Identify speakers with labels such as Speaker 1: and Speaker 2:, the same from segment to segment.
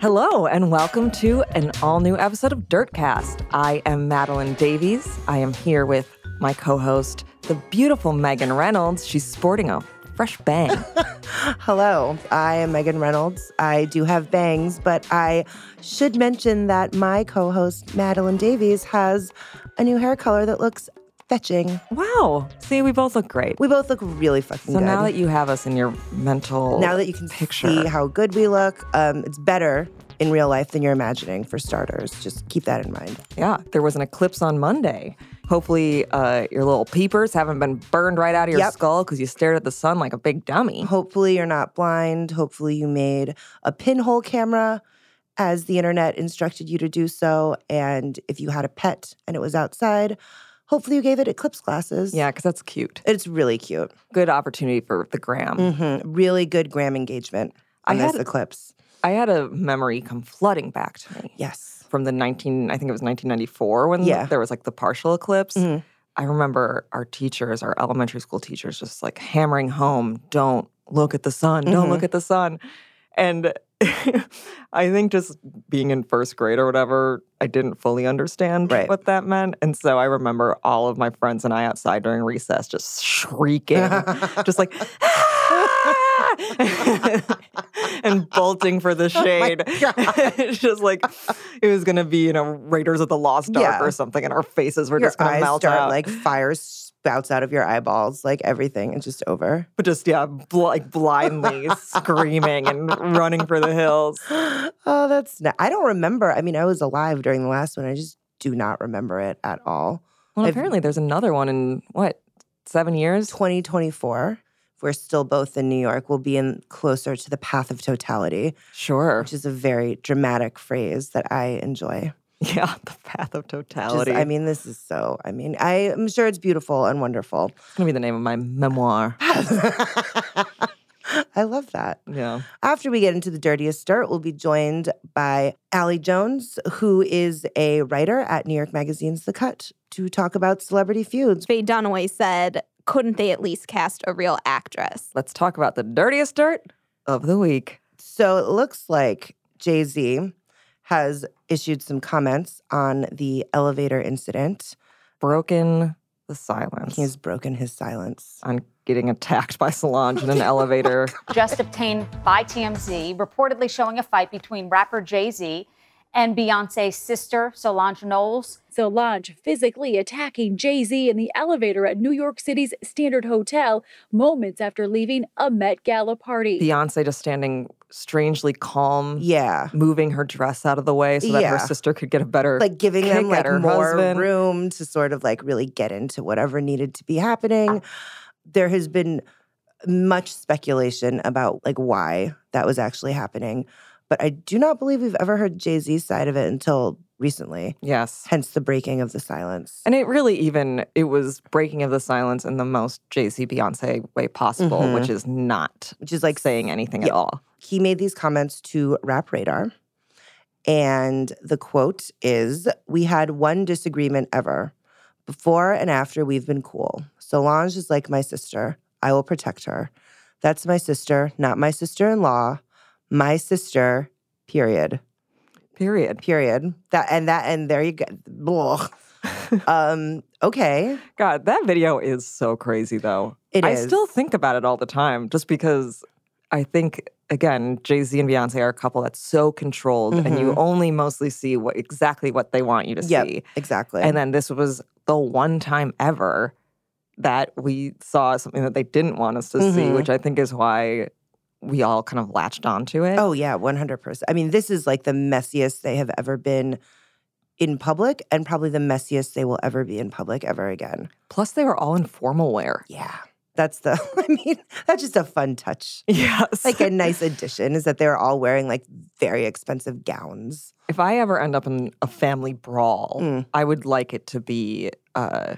Speaker 1: Hello, and welcome to an all new episode of Dirtcast. I am Madeline Davies. I am here with my co host, the beautiful Megan Reynolds. She's sporting a fresh bang.
Speaker 2: Hello, I am Megan Reynolds. I do have bangs, but I should mention that my co host, Madeline Davies, has a new hair color that looks fetching.
Speaker 1: wow. See, we both look great.
Speaker 2: We both look really fucking
Speaker 1: So
Speaker 2: good.
Speaker 1: now that you have us in your mental
Speaker 2: Now that you can
Speaker 1: picture,
Speaker 2: see how good we look, um, it's better in real life than you're imagining, for starters. Just keep that in mind.
Speaker 1: yeah, there was an eclipse on Monday. Hopefully, uh, your little peepers haven't been burned right out of your
Speaker 2: Yep.
Speaker 1: skull because you stared at the sun like a big dummy.
Speaker 2: Hopefully, you're not blind. Hopefully, you made a pinhole camera as the internet instructed you to do so. And if you had a pet and it was outside, hopefully, you gave it eclipse glasses.
Speaker 1: Yeah, because that's cute.
Speaker 2: It's really cute.
Speaker 1: Good opportunity for the gram.
Speaker 2: hmm Really good gram engagement
Speaker 1: I
Speaker 2: on this
Speaker 1: had-
Speaker 2: eclipse.
Speaker 1: I had a memory come flooding back to me
Speaker 2: Yes.
Speaker 1: from the 19, I think it was 1994 when
Speaker 2: Yeah.
Speaker 1: there was like the partial eclipse.
Speaker 2: Mhm.
Speaker 1: I remember our teachers, our elementary school teachers, just like hammering home, don't look at the sun,
Speaker 2: Mm-hmm.
Speaker 1: don't look at the sun. And I think just being in first grade or whatever, I didn't fully understand
Speaker 2: Right.
Speaker 1: what that meant. And so I remember all of my friends and I outside during recess just shrieking, just like, "Ah!" and bolting for the
Speaker 2: Oh
Speaker 1: shade. It's just like it was going to be, you know, Raiders of the Lost Ark
Speaker 2: Yeah.
Speaker 1: or something, and our faces were
Speaker 2: Your
Speaker 1: just going to
Speaker 2: eyes
Speaker 1: melt
Speaker 2: start
Speaker 1: out.
Speaker 2: like fire spouts out of your eyeballs, like everything. It's just over.
Speaker 1: but just yeah, bl- like blindly screaming and running for the hills.
Speaker 2: Oh, that's. Na- I don't remember. I mean, I was alive during the last one. I just do not remember it at all.
Speaker 1: Well,
Speaker 2: I've-
Speaker 1: apparently there's another one in what seven years.
Speaker 2: 2024, if we're still both in New York, we'll be in closer to the path of totality,
Speaker 1: Sure.
Speaker 2: which is a very dramatic phrase that I enjoy.
Speaker 1: Yeah, the path of
Speaker 2: Just-
Speaker 1: totality.
Speaker 2: I mean, this is so. I mean, I, I'm sure it's beautiful and wonderful.
Speaker 1: it's gonna be the name of my memoir.
Speaker 2: I love that.
Speaker 1: Yeah.
Speaker 2: After we get into the dirtiest dirt, we'll be joined by Allie Jones, who is a writer at New York Magazine's The Cut, to talk about celebrity feuds.
Speaker 3: Faye Dunaway said, couldn't they at least cast a real actress?
Speaker 1: Let's talk about the dirtiest dirt of the week.
Speaker 2: So it looks like Jay Z has issued some comments on the elevator incident.
Speaker 1: Broken the silence.
Speaker 2: He has broken his silence.
Speaker 1: on getting attacked by Solange in an elevator.
Speaker 4: just obtained by TMZ, reportedly showing a fight between rapper Jay Z and Beyonce's sister, Solange Knowles.
Speaker 5: Solange physically attacking Jay Z in the elevator at New York City's Standard Hotel moments after leaving a Met Gala party.
Speaker 1: Beyonce just standing strangely calm,
Speaker 2: Yeah.
Speaker 1: moving her dress out of the way so that her
Speaker 2: Yeah.
Speaker 1: sister could get a better
Speaker 2: Like giving them
Speaker 1: kick at
Speaker 2: like
Speaker 1: her
Speaker 2: more
Speaker 1: husband.
Speaker 2: room to sort of like really get into whatever needed to be
Speaker 1: Uh
Speaker 2: happening. There has been much speculation about like why that was actually happening, but I do not believe we've ever heard Jay Z's side of it until recently.
Speaker 1: Yes.
Speaker 2: Hence the breaking of the silence.
Speaker 1: And it really even it was breaking of the silence in the most Jay-Z Beyonce way possible,
Speaker 2: Mhm.
Speaker 1: which is not
Speaker 2: which is
Speaker 1: like
Speaker 2: like
Speaker 1: saying anything at
Speaker 2: Yeah.
Speaker 1: all.
Speaker 2: he made these comments to Rap Radar. And the quote is We had one disagreement ever. Before and after, we've been cool. Solange is like my sister. I will protect her. That's my sister, not my sister in law. My sister, period.
Speaker 1: Period.
Speaker 2: Period. That and that, and there you go. Blah. um, okay.
Speaker 1: God, that video is so crazy though.
Speaker 2: It
Speaker 1: I
Speaker 2: is.
Speaker 1: still think about it all the time just because I think, again, Jay Z and Beyonce are a couple that's so controlled and you only mostly see what exactly what they want you to
Speaker 2: Mm-hmm. Yep,
Speaker 1: see.
Speaker 2: exactly.
Speaker 1: And then this was the one time ever that we saw something that they didn't want us to see,
Speaker 2: Mhm.
Speaker 1: which I think is why we all kind of latched onto it.
Speaker 2: Oh yeah, one hundred percent. I mean, this is like the messiest they have ever been in public, and probably the messiest they will ever be in public ever again.
Speaker 1: Plus, they were all in formal wear.
Speaker 2: Yeah, that's the. I mean, that's just a fun touch.
Speaker 1: Yes.
Speaker 2: Like a nice addition is that they're all wearing like very expensive gowns.
Speaker 1: if I ever end up in a family brawl,
Speaker 2: Mm.
Speaker 1: I would like it to be uh,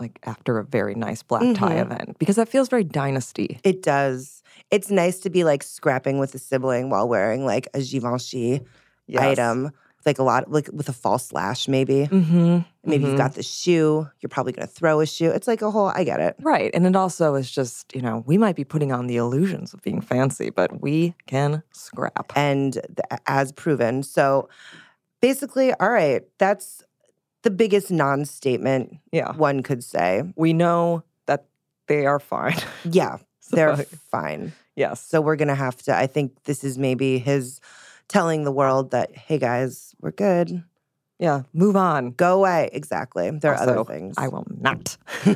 Speaker 1: like after a very nice black tie
Speaker 2: Mhm.
Speaker 1: event because that feels very dynasty.
Speaker 2: It does. It's nice to be like scrapping with a sibling while wearing like a Givenchy
Speaker 1: Yes.
Speaker 2: item. like a lot, like with a false lash, maybe.
Speaker 1: Mm-hmm.
Speaker 2: Maybe you've got the shoe. You're probably going to throw a shoe. It's like a whole, I get it.
Speaker 1: Right. And it also is just, you know, we might be putting on the illusions of being fancy, but we can scrap.
Speaker 2: and th- as proven. So basically, all right, that's the biggest non statement
Speaker 1: yeah.
Speaker 2: one could say.
Speaker 1: We know that they are fine.
Speaker 2: Yeah,
Speaker 1: So,
Speaker 2: they're fine.
Speaker 1: yes.
Speaker 2: So we're going to have to, I think this is maybe his telling the world that, hey guys, we're good.
Speaker 1: Yeah. Move on.
Speaker 2: Go away. Exactly. There are other
Speaker 1: Also,
Speaker 2: things.
Speaker 1: I will not. you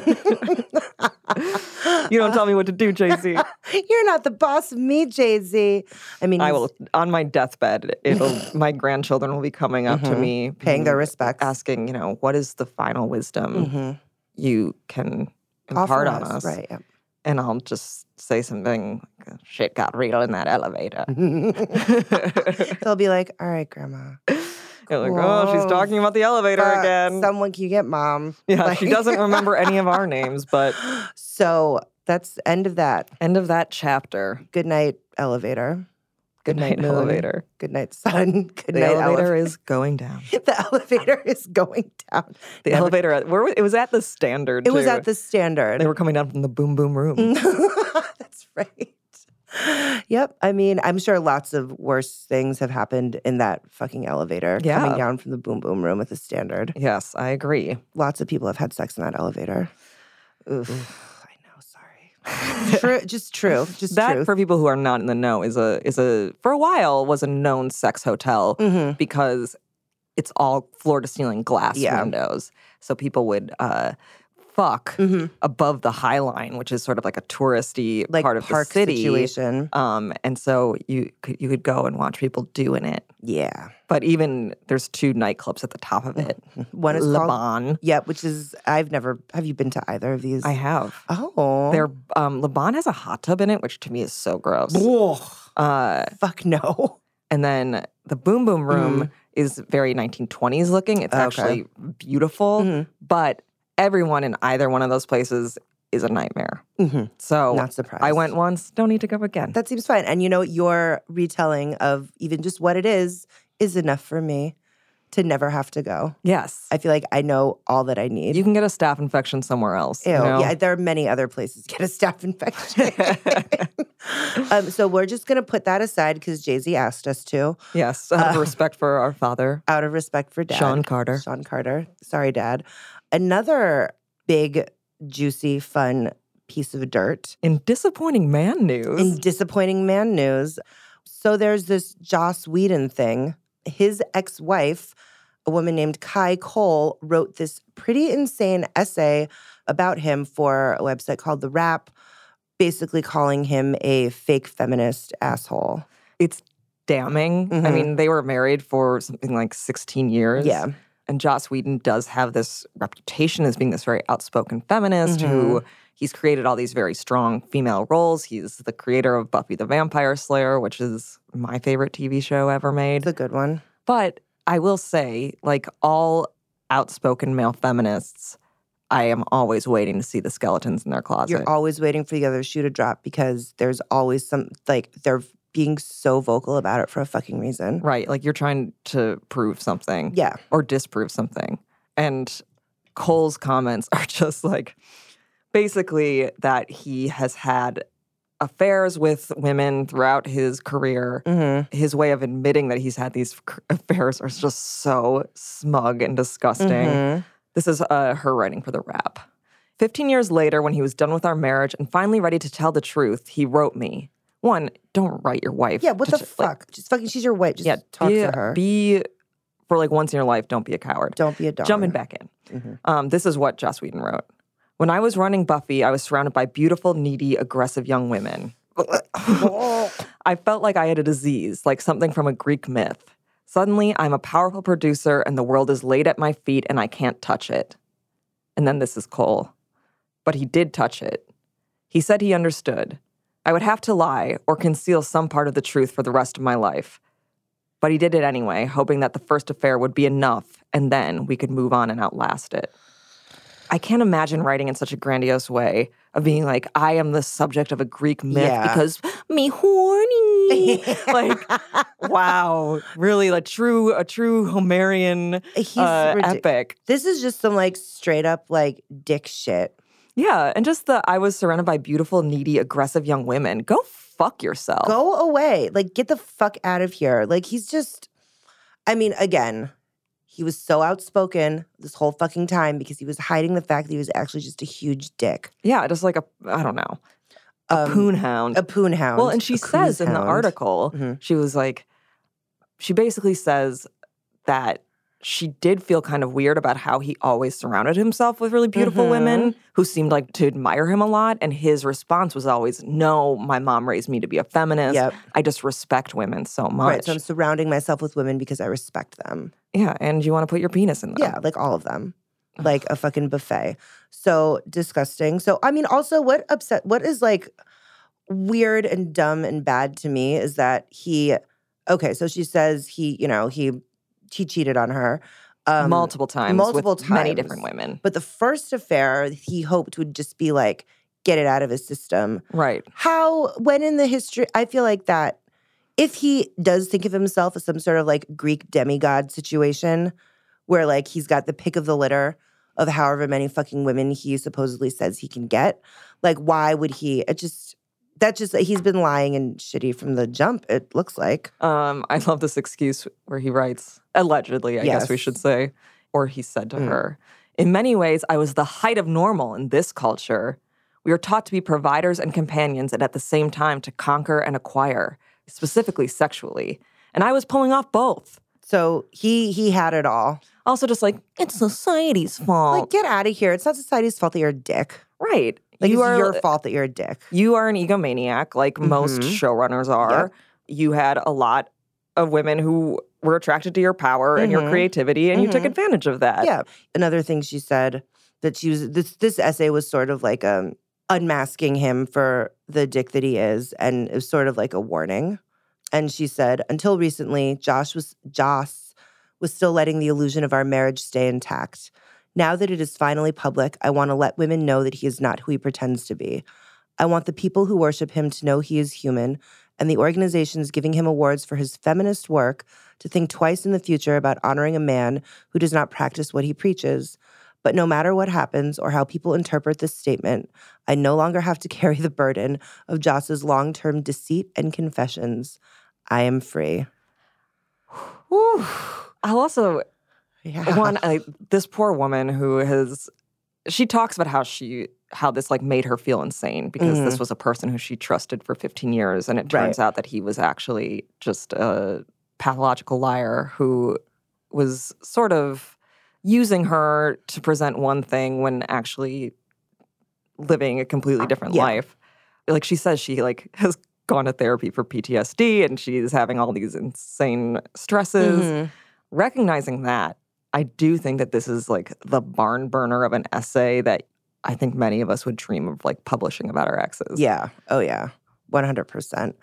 Speaker 2: you
Speaker 1: don't tell me what to do, JC.
Speaker 2: You're not the boss of me, Jay Z. I mean,
Speaker 1: I
Speaker 2: he's
Speaker 1: will on my deathbed. It'll my grandchildren will be coming up to
Speaker 2: Mhm.
Speaker 1: me,
Speaker 2: paying their respects.
Speaker 1: asking, you know, what is the final wisdom
Speaker 2: Mhm.
Speaker 1: you can
Speaker 2: Offer
Speaker 1: impart mm, on us?
Speaker 2: Right. yep.
Speaker 1: And I'll just say something. like, Shit got real in that elevator.
Speaker 2: They'll be like, all right, grandma.
Speaker 1: You're like, oh, she's
Speaker 2: Cool.
Speaker 1: talking about the elevator
Speaker 2: Fuck,
Speaker 1: again.
Speaker 2: Someone can you get mom.
Speaker 1: yeah, she
Speaker 2: like-
Speaker 1: doesn't remember any of our names, but
Speaker 2: So that's end of that.
Speaker 1: end of that chapter.
Speaker 2: Good night, elevator.
Speaker 1: Good night,
Speaker 2: moon.
Speaker 1: elevator.
Speaker 2: Good night, sun. Good
Speaker 1: The
Speaker 2: night,
Speaker 1: elevator
Speaker 2: elevator.
Speaker 1: is going down.
Speaker 2: the elevator is going down.
Speaker 1: The
Speaker 2: Never-
Speaker 1: elevator. At, where was, it was at the standard.
Speaker 2: It was
Speaker 1: too.
Speaker 2: at the Mm. standard.
Speaker 1: They were coming down from the boom boom room.
Speaker 2: That's right. Yep. I mean, I'm sure lots of worse things have happened in that fucking elevator
Speaker 1: Yeah.
Speaker 2: coming down from the boom boom room at the standard.
Speaker 1: Yes, I agree.
Speaker 2: Lots of people have had sex in that elevator.
Speaker 1: Oof.
Speaker 2: I know. Sorry. true. Just true. Just
Speaker 1: that
Speaker 2: truth.
Speaker 1: for people who are not in the know is a is a for a while was a known sex hotel
Speaker 2: Mhm.
Speaker 1: because it's all floor to ceiling glass
Speaker 2: Yeah.
Speaker 1: windows. So people would uh fuck
Speaker 2: Mhm.
Speaker 1: above the High Line, which is sort of like a touristy
Speaker 2: Like
Speaker 1: part of
Speaker 2: park
Speaker 1: the city.
Speaker 2: situation.
Speaker 1: Um, and so you could you could go and watch people doing it.
Speaker 2: Yeah.
Speaker 1: But even there's two nightclubs at the top of it.
Speaker 2: One is
Speaker 1: Le
Speaker 2: called.
Speaker 1: Bon.
Speaker 2: Yep, which is I've never. Have you been to either of these?
Speaker 1: I have.
Speaker 2: oh,
Speaker 1: Their um, Le Bon has a hot tub in it, which to me is so gross.
Speaker 2: Woah.
Speaker 1: Uh,
Speaker 2: fuck no.
Speaker 1: and then the Boom Boom Room is very 1920s looking. It's
Speaker 2: Mm. Okay.
Speaker 1: actually beautiful,
Speaker 2: Mhm.
Speaker 1: but everyone in either one of those places is a nightmare.
Speaker 2: Mhm.
Speaker 1: So
Speaker 2: Not surprised.
Speaker 1: oh, I went once. Don't need to go again.
Speaker 2: That seems fine. And you know, your retelling of even just what it is is enough for me to never have to go.
Speaker 1: yes,
Speaker 2: I feel like I know all that I need.
Speaker 1: you can get a staph infection somewhere else.
Speaker 2: Ew.
Speaker 1: you know?
Speaker 2: Yeah, there are many other places to get a staph infection. um, so we're just gonna put that aside because Jay Z asked us to,
Speaker 1: Yes, out of
Speaker 2: Uh,
Speaker 1: respect for our father,
Speaker 2: out of respect for Dad.
Speaker 1: Sean Carter.
Speaker 2: Sean Carter. Sorry, Dad. Another big, juicy, fun piece of dirt
Speaker 1: In disappointing man news,
Speaker 2: in disappointing man news. So there's this Joss Whedon thing. His ex wife, a woman named Kai Cole, wrote this pretty insane essay about him for a website called The Wrap, basically calling him a fake feminist asshole.
Speaker 1: it's damning. I
Speaker 2: Mhm.
Speaker 1: mean, they were married for something like 16 years.
Speaker 2: Yeah.
Speaker 1: And Joss Whedon does have this reputation as being this very outspoken feminist
Speaker 2: Mm-hmm.
Speaker 1: who he's created all these very strong female roles. He's the creator of Buffy the Vampire Slayer, which is my favorite TV show ever made.
Speaker 2: It's a good one.
Speaker 1: But I will say, like all outspoken male feminists, I am always waiting to see the skeletons in their closet.
Speaker 2: You're always waiting for the other shoe to drop because there's always some, like, they're being so vocal about it for a fucking reason.
Speaker 1: right. Like you're trying to prove something
Speaker 2: Yeah.
Speaker 1: or disprove something. And Cole's comments are just like basically that he has had affairs with women throughout his career.
Speaker 2: hmm
Speaker 1: His way of admitting that he's had these c- affairs are just so smug and disgusting.
Speaker 2: Mm-hmm.
Speaker 1: This is uh, her writing for the rap. 15 years later, when he was done with our marriage and finally ready to tell the truth, he wrote me. One, don't write your wife.
Speaker 2: Yeah, what
Speaker 1: to
Speaker 2: the
Speaker 1: t- like,
Speaker 2: fuck? just fucking, she's your wife. Just
Speaker 1: yeah,
Speaker 2: talk
Speaker 1: be,
Speaker 2: to her.
Speaker 1: be, for like once in your life, don't be a coward.
Speaker 2: Don't be a dog.
Speaker 1: Jumping back in.
Speaker 2: Mhm.
Speaker 1: Um, this is what Joss Whedon wrote. When I was running Buffy, I was surrounded by beautiful, needy, aggressive young women. I felt like I had a disease, like something from a Greek myth. Suddenly, I'm a powerful producer and the world is laid at my feet and I can't touch it. And then this is Cole. But he did touch it. He said he understood. I would have to lie or conceal some part of the truth for the rest of my life. But he did it anyway, hoping that the first affair would be enough and then we could move on and outlast it. I can't imagine writing in such a grandiose way of being like, I am the subject of a Greek myth
Speaker 2: Yeah.
Speaker 1: because me horny. like, wow, really a true a true Homerian
Speaker 2: He's
Speaker 1: uh,
Speaker 2: ridic-
Speaker 1: epic.
Speaker 2: This is just some like straight up like dick shit.
Speaker 1: Yeah, and just the I was surrounded by beautiful, needy, aggressive young women. Go fuck yourself.
Speaker 2: Go away. Like get the fuck out of here. Like he's just I mean, again, he was so outspoken this whole fucking time because he was hiding the fact that he was actually just a huge dick.
Speaker 1: Yeah, just like a I don't know a
Speaker 2: Um,
Speaker 1: poon hound.
Speaker 2: A poon hound.
Speaker 1: Well, and she
Speaker 2: a coon
Speaker 1: says in the
Speaker 2: hound.
Speaker 1: article,
Speaker 2: Mhm.
Speaker 1: she was like, she basically says that she did feel kind of weird about how he always surrounded himself with really beautiful women
Speaker 2: Mm-hmm.
Speaker 1: who seemed like to admire him a lot. And his response was always, No, my mom raised me to be a feminist.
Speaker 2: Yep.
Speaker 1: I just respect women so much.
Speaker 2: Right. So I'm surrounding myself with women because I respect them.
Speaker 1: yeah. And you want to put your penis in them.
Speaker 2: Yeah, like all of them. Like a fucking buffet. So disgusting. So I mean also what upset what is like weird and dumb and bad to me is that he okay, so she says he, you know, he he cheated on her. Um
Speaker 1: multiple times.
Speaker 2: multiple
Speaker 1: with Many
Speaker 2: times.
Speaker 1: different women.
Speaker 2: but the first affair he hoped would just be like get it out of his system.
Speaker 1: Right.
Speaker 2: How when in the history I feel like that if he does think of himself as some sort of like Greek demigod situation where like he's got the pick of the litter of however many fucking women he supposedly says he can get, like why would he it just that just he's been lying and shitty from the jump, it looks like.
Speaker 1: Um, I love this excuse where he writes, allegedly, I guess we
Speaker 2: Yes.
Speaker 1: should say, or he said to
Speaker 2: Mm.
Speaker 1: her, In many ways, I was the height of normal in this culture. We are taught to be providers and companions and at the same time to conquer and acquire, specifically sexually. And I was pulling off both.
Speaker 2: So he he had it all.
Speaker 1: Also, just like, it's society's fault.
Speaker 2: Like get out of here. It's not society's fault that you're a dick.
Speaker 1: right.
Speaker 2: Like
Speaker 1: you
Speaker 2: it's
Speaker 1: are
Speaker 2: your fault that you're a dick.
Speaker 1: you are an egomaniac, like most
Speaker 2: Mhm.
Speaker 1: showrunners are. You had a lot of women who were attracted to your power and your
Speaker 2: Mhm.
Speaker 1: creativity, and you took
Speaker 2: Mhm.
Speaker 1: advantage of that.
Speaker 2: Yeah. Another thing she said that she was this this essay was sort of like um unmasking him for the dick that he is, and it was sort of like a warning. And she said, until recently, Josh was Joss was still letting the illusion of our marriage stay intact. Now that it is finally public, I want to let women know that he is not who he pretends to be. I want the people who worship him to know he is human, and the organizations giving him awards for his feminist work to think twice in the future about honoring a man who does not practice what he preaches. But no matter what happens or how people interpret this statement, I no longer have to carry the burden of Joss's long term deceit and confessions. I am free.
Speaker 1: Whew. I'll also
Speaker 2: Yeah.
Speaker 1: one I, this poor woman who has she talks about how she how this like made her feel insane because this was a person who she trusted for 15 years and it
Speaker 2: Mm. Right.
Speaker 1: turns out that he was actually just a pathological liar who was sort of using her to present one thing when actually living a completely different
Speaker 2: Uh, Yeah.
Speaker 1: life like she says she like has gone to therapy for PTSD and she's having all these insane stresses
Speaker 2: Mhm.
Speaker 1: recognizing that, I do think that this is like the barn burner of an essay that I think many of us would dream of like publishing about our exes.
Speaker 2: Yeah. Oh, yeah. 100%.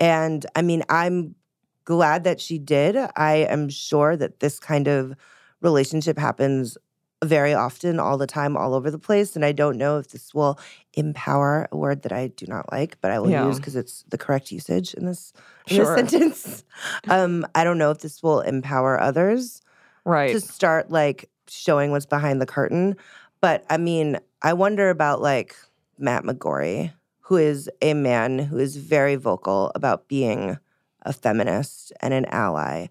Speaker 2: And I mean, I'm glad that she did. I am sure that this kind of relationship happens very often, all the time, all over the place. And I don't know if this will empower a word that I do not like, but I will
Speaker 1: Yeah.
Speaker 2: use because it's the correct usage in this, in this
Speaker 1: sure.
Speaker 2: sentence. Um, I don't know if this will empower others
Speaker 1: Right.
Speaker 2: to start like showing what's behind the curtain. But I mean, I wonder about like Matt McGorry, who is a man who is very vocal about being a feminist and an ally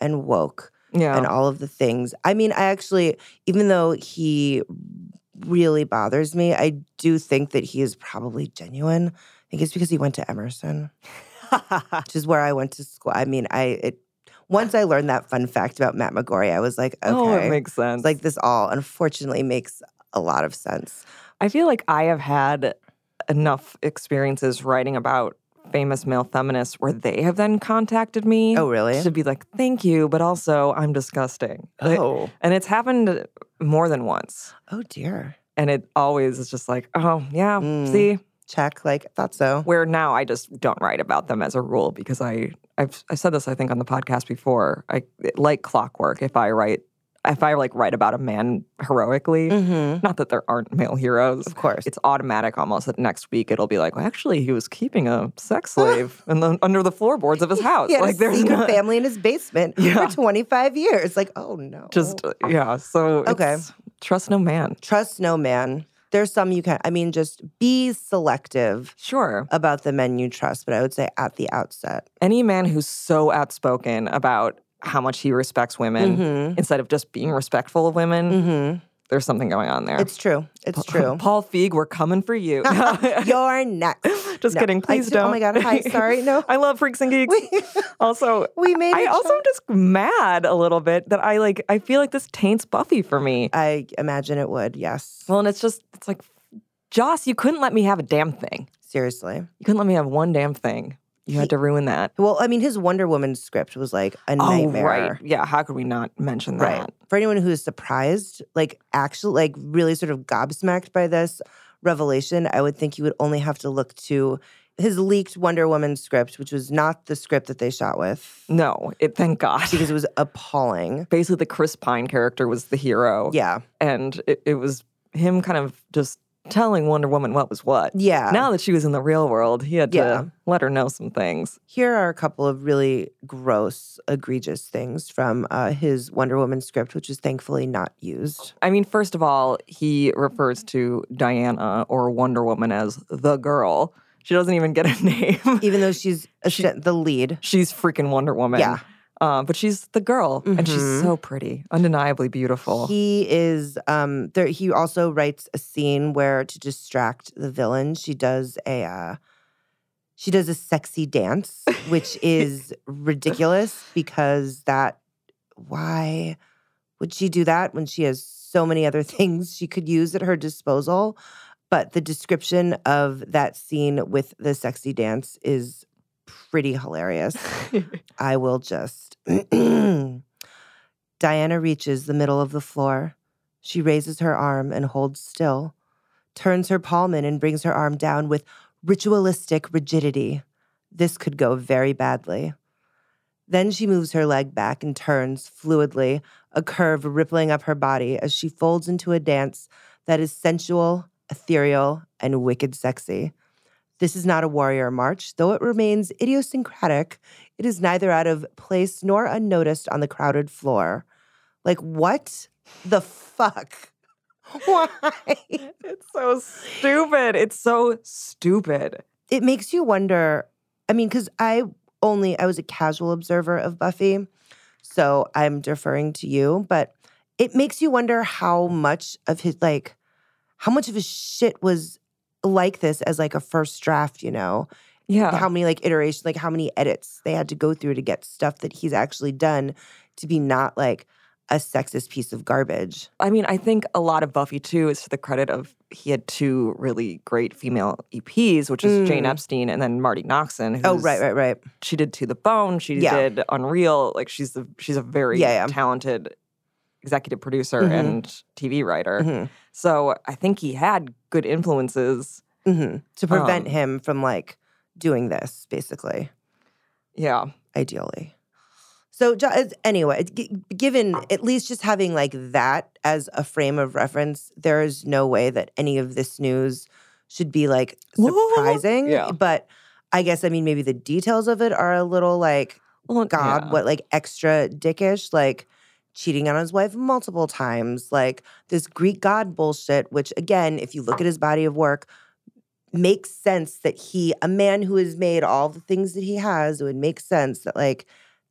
Speaker 2: and woke
Speaker 1: yeah.
Speaker 2: and all of the things. I mean, I actually, even though he really bothers me, I do think that he is probably genuine. I think it's because he went to Emerson, which is where I went to school. I mean, I it once I learned that fun fact about Matt McGorry, I was like, okay,
Speaker 1: Oh, it makes sense.
Speaker 2: like this all unfortunately makes a lot of sense.
Speaker 1: I feel like I have had enough experiences writing about famous male feminists where they have then contacted me
Speaker 2: Oh, really?
Speaker 1: to be like, thank you, but also I'm disgusting. Like-
Speaker 2: Oh,
Speaker 1: And it's happened more than once.
Speaker 2: oh dear.
Speaker 1: And it always is just like, oh, yeah,
Speaker 2: Mm.
Speaker 1: see,
Speaker 2: Check. Like I thought so.
Speaker 1: where now I just don't write about them as a rule because I I've, I've said this I think on the podcast before. I like clockwork. If I write if I like write about a man heroically,
Speaker 2: Mm-hmm.
Speaker 1: not that there aren't male heroes,
Speaker 2: Of course.
Speaker 1: it's automatic almost that next week it'll be like, well, actually, he was keeping a sex slave in the, under the floorboards of his house.
Speaker 2: he had
Speaker 1: like,
Speaker 2: a
Speaker 1: there's
Speaker 2: secret
Speaker 1: not-
Speaker 2: family in his basement
Speaker 1: Yeah.
Speaker 2: for 25 years. Like, oh no.
Speaker 1: Just uh, yeah. So
Speaker 2: Okay.
Speaker 1: it's trust no man.
Speaker 2: trust no man. There's some you can. I mean, just be selective
Speaker 1: Sure.
Speaker 2: about the men you trust. But I would say at the outset,
Speaker 1: Any man who's so outspoken about how much he respects women
Speaker 2: Mhm.
Speaker 1: instead of just being respectful of women,
Speaker 2: Mhm.
Speaker 1: there's something going on there.
Speaker 2: it's true. It's true.
Speaker 1: Paul Feig, we're coming for you.
Speaker 2: You're next.
Speaker 1: Just
Speaker 2: No, I
Speaker 1: kidding. Please
Speaker 2: do-
Speaker 1: not
Speaker 2: Oh my god. Hi. Sorry. No.
Speaker 1: I love freaks and geeks. also,
Speaker 2: we made.
Speaker 1: I
Speaker 2: a
Speaker 1: also
Speaker 2: joke.
Speaker 1: am just mad a little bit that I like. I feel like this taints Buffy for me.
Speaker 2: I imagine it would. Yes.
Speaker 1: Well, and it's just it's like, Joss, you couldn't let me have a damn thing.
Speaker 2: Seriously.
Speaker 1: You couldn't let me have one damn thing. You had to ruin that.
Speaker 2: Well, I mean, his Wonder Woman script was like a nightmare.
Speaker 1: Oh right, yeah. How could we not mention that?
Speaker 2: Right. For anyone who is surprised, like actually, like really sort of gobsmacked by this revelation, I would think you would only have to look to his leaked Wonder Woman script, which was not the script that they shot with
Speaker 1: No, it. Thank God.
Speaker 2: because it was appalling.
Speaker 1: Basically, the Chris Pine character was the hero.
Speaker 2: Yeah.
Speaker 1: and it, it was him kind of just telling Wonder Woman what was what.
Speaker 2: Yeah.
Speaker 1: Now that she was in the real world, he had
Speaker 2: Yeah.
Speaker 1: to let her know some things.
Speaker 2: Here are a couple of really gross, egregious things from uh, his Wonder Woman script, which was thankfully not used.
Speaker 1: I mean, first of all, he refers to Diana or Wonder Woman as the girl. She doesn't even get a name.
Speaker 2: Even though she's a
Speaker 1: She-
Speaker 2: sh- the lead.
Speaker 1: she's freaking Wonder Woman.
Speaker 2: Yeah.
Speaker 1: Uh, but she's the girl, and she's
Speaker 2: Mhm.
Speaker 1: so pretty, undeniably beautiful.
Speaker 2: He is um there he also writes a scene where to distract the villain, she does a uh she does a sexy dance, which is ridiculous because that why would she do that when she has so many other things she could use at her disposal? But the description of that scene with the sexy dance is pretty hilarious. I will just. Diana reaches the middle of the floor. She raises her arm and holds still, turns her palm in and brings her arm down with ritualistic rigidity. This could go very badly. Then she moves her leg back and turns fluidly, a curve rippling up her body as she folds into a dance that is sensual, ethereal, and wicked sexy. This is not a warrior march, though it remains idiosyncratic it is neither out of place nor unnoticed on the crowded floor. Like, what the fuck? Why?
Speaker 1: it's so stupid. It's so stupid.
Speaker 2: It makes you wonder. I mean, because I only, I was a casual observer of Buffy, so I'm deferring to you, but it makes you wonder how much of his, like, how much of his shit was like this as like a first draft, you know?
Speaker 1: Yeah.
Speaker 2: how many like iterations, like how many edits they had to go through to get stuff that he's actually done to be not like a sexist piece of garbage.
Speaker 1: I mean, I think a lot of Buffy too is to the credit of he had two really great female EPs, which is Jane
Speaker 2: Mm.
Speaker 1: Epstein and then Marty Noxon. Who's,
Speaker 2: Oh, right, right, right.
Speaker 1: She did To the Bone. She
Speaker 2: Yeah.
Speaker 1: did Unreal. Like she's the she's a very
Speaker 2: Yeah, yeah.
Speaker 1: talented executive producer
Speaker 2: Mhm.
Speaker 1: and TV writer.
Speaker 2: Mhm.
Speaker 1: So I think he had good influences.
Speaker 2: Mhm. To prevent
Speaker 1: Um,
Speaker 2: him from like doing this, basically,
Speaker 1: Yeah,
Speaker 2: ideally. So, ju- as- anyway, g- given at least just having like that as a frame of reference, there is no way that any of this news should be like surprising.
Speaker 1: Yeah.
Speaker 2: But I guess, I mean, maybe the details of it are a little like
Speaker 1: well,
Speaker 2: Oh God,
Speaker 1: yeah.
Speaker 2: what like extra dickish, like cheating on his wife multiple times, like this Greek god bullshit, which again, if you look at his body of work, makes sense that he, a man who has made all the things that he has, it would make sense that like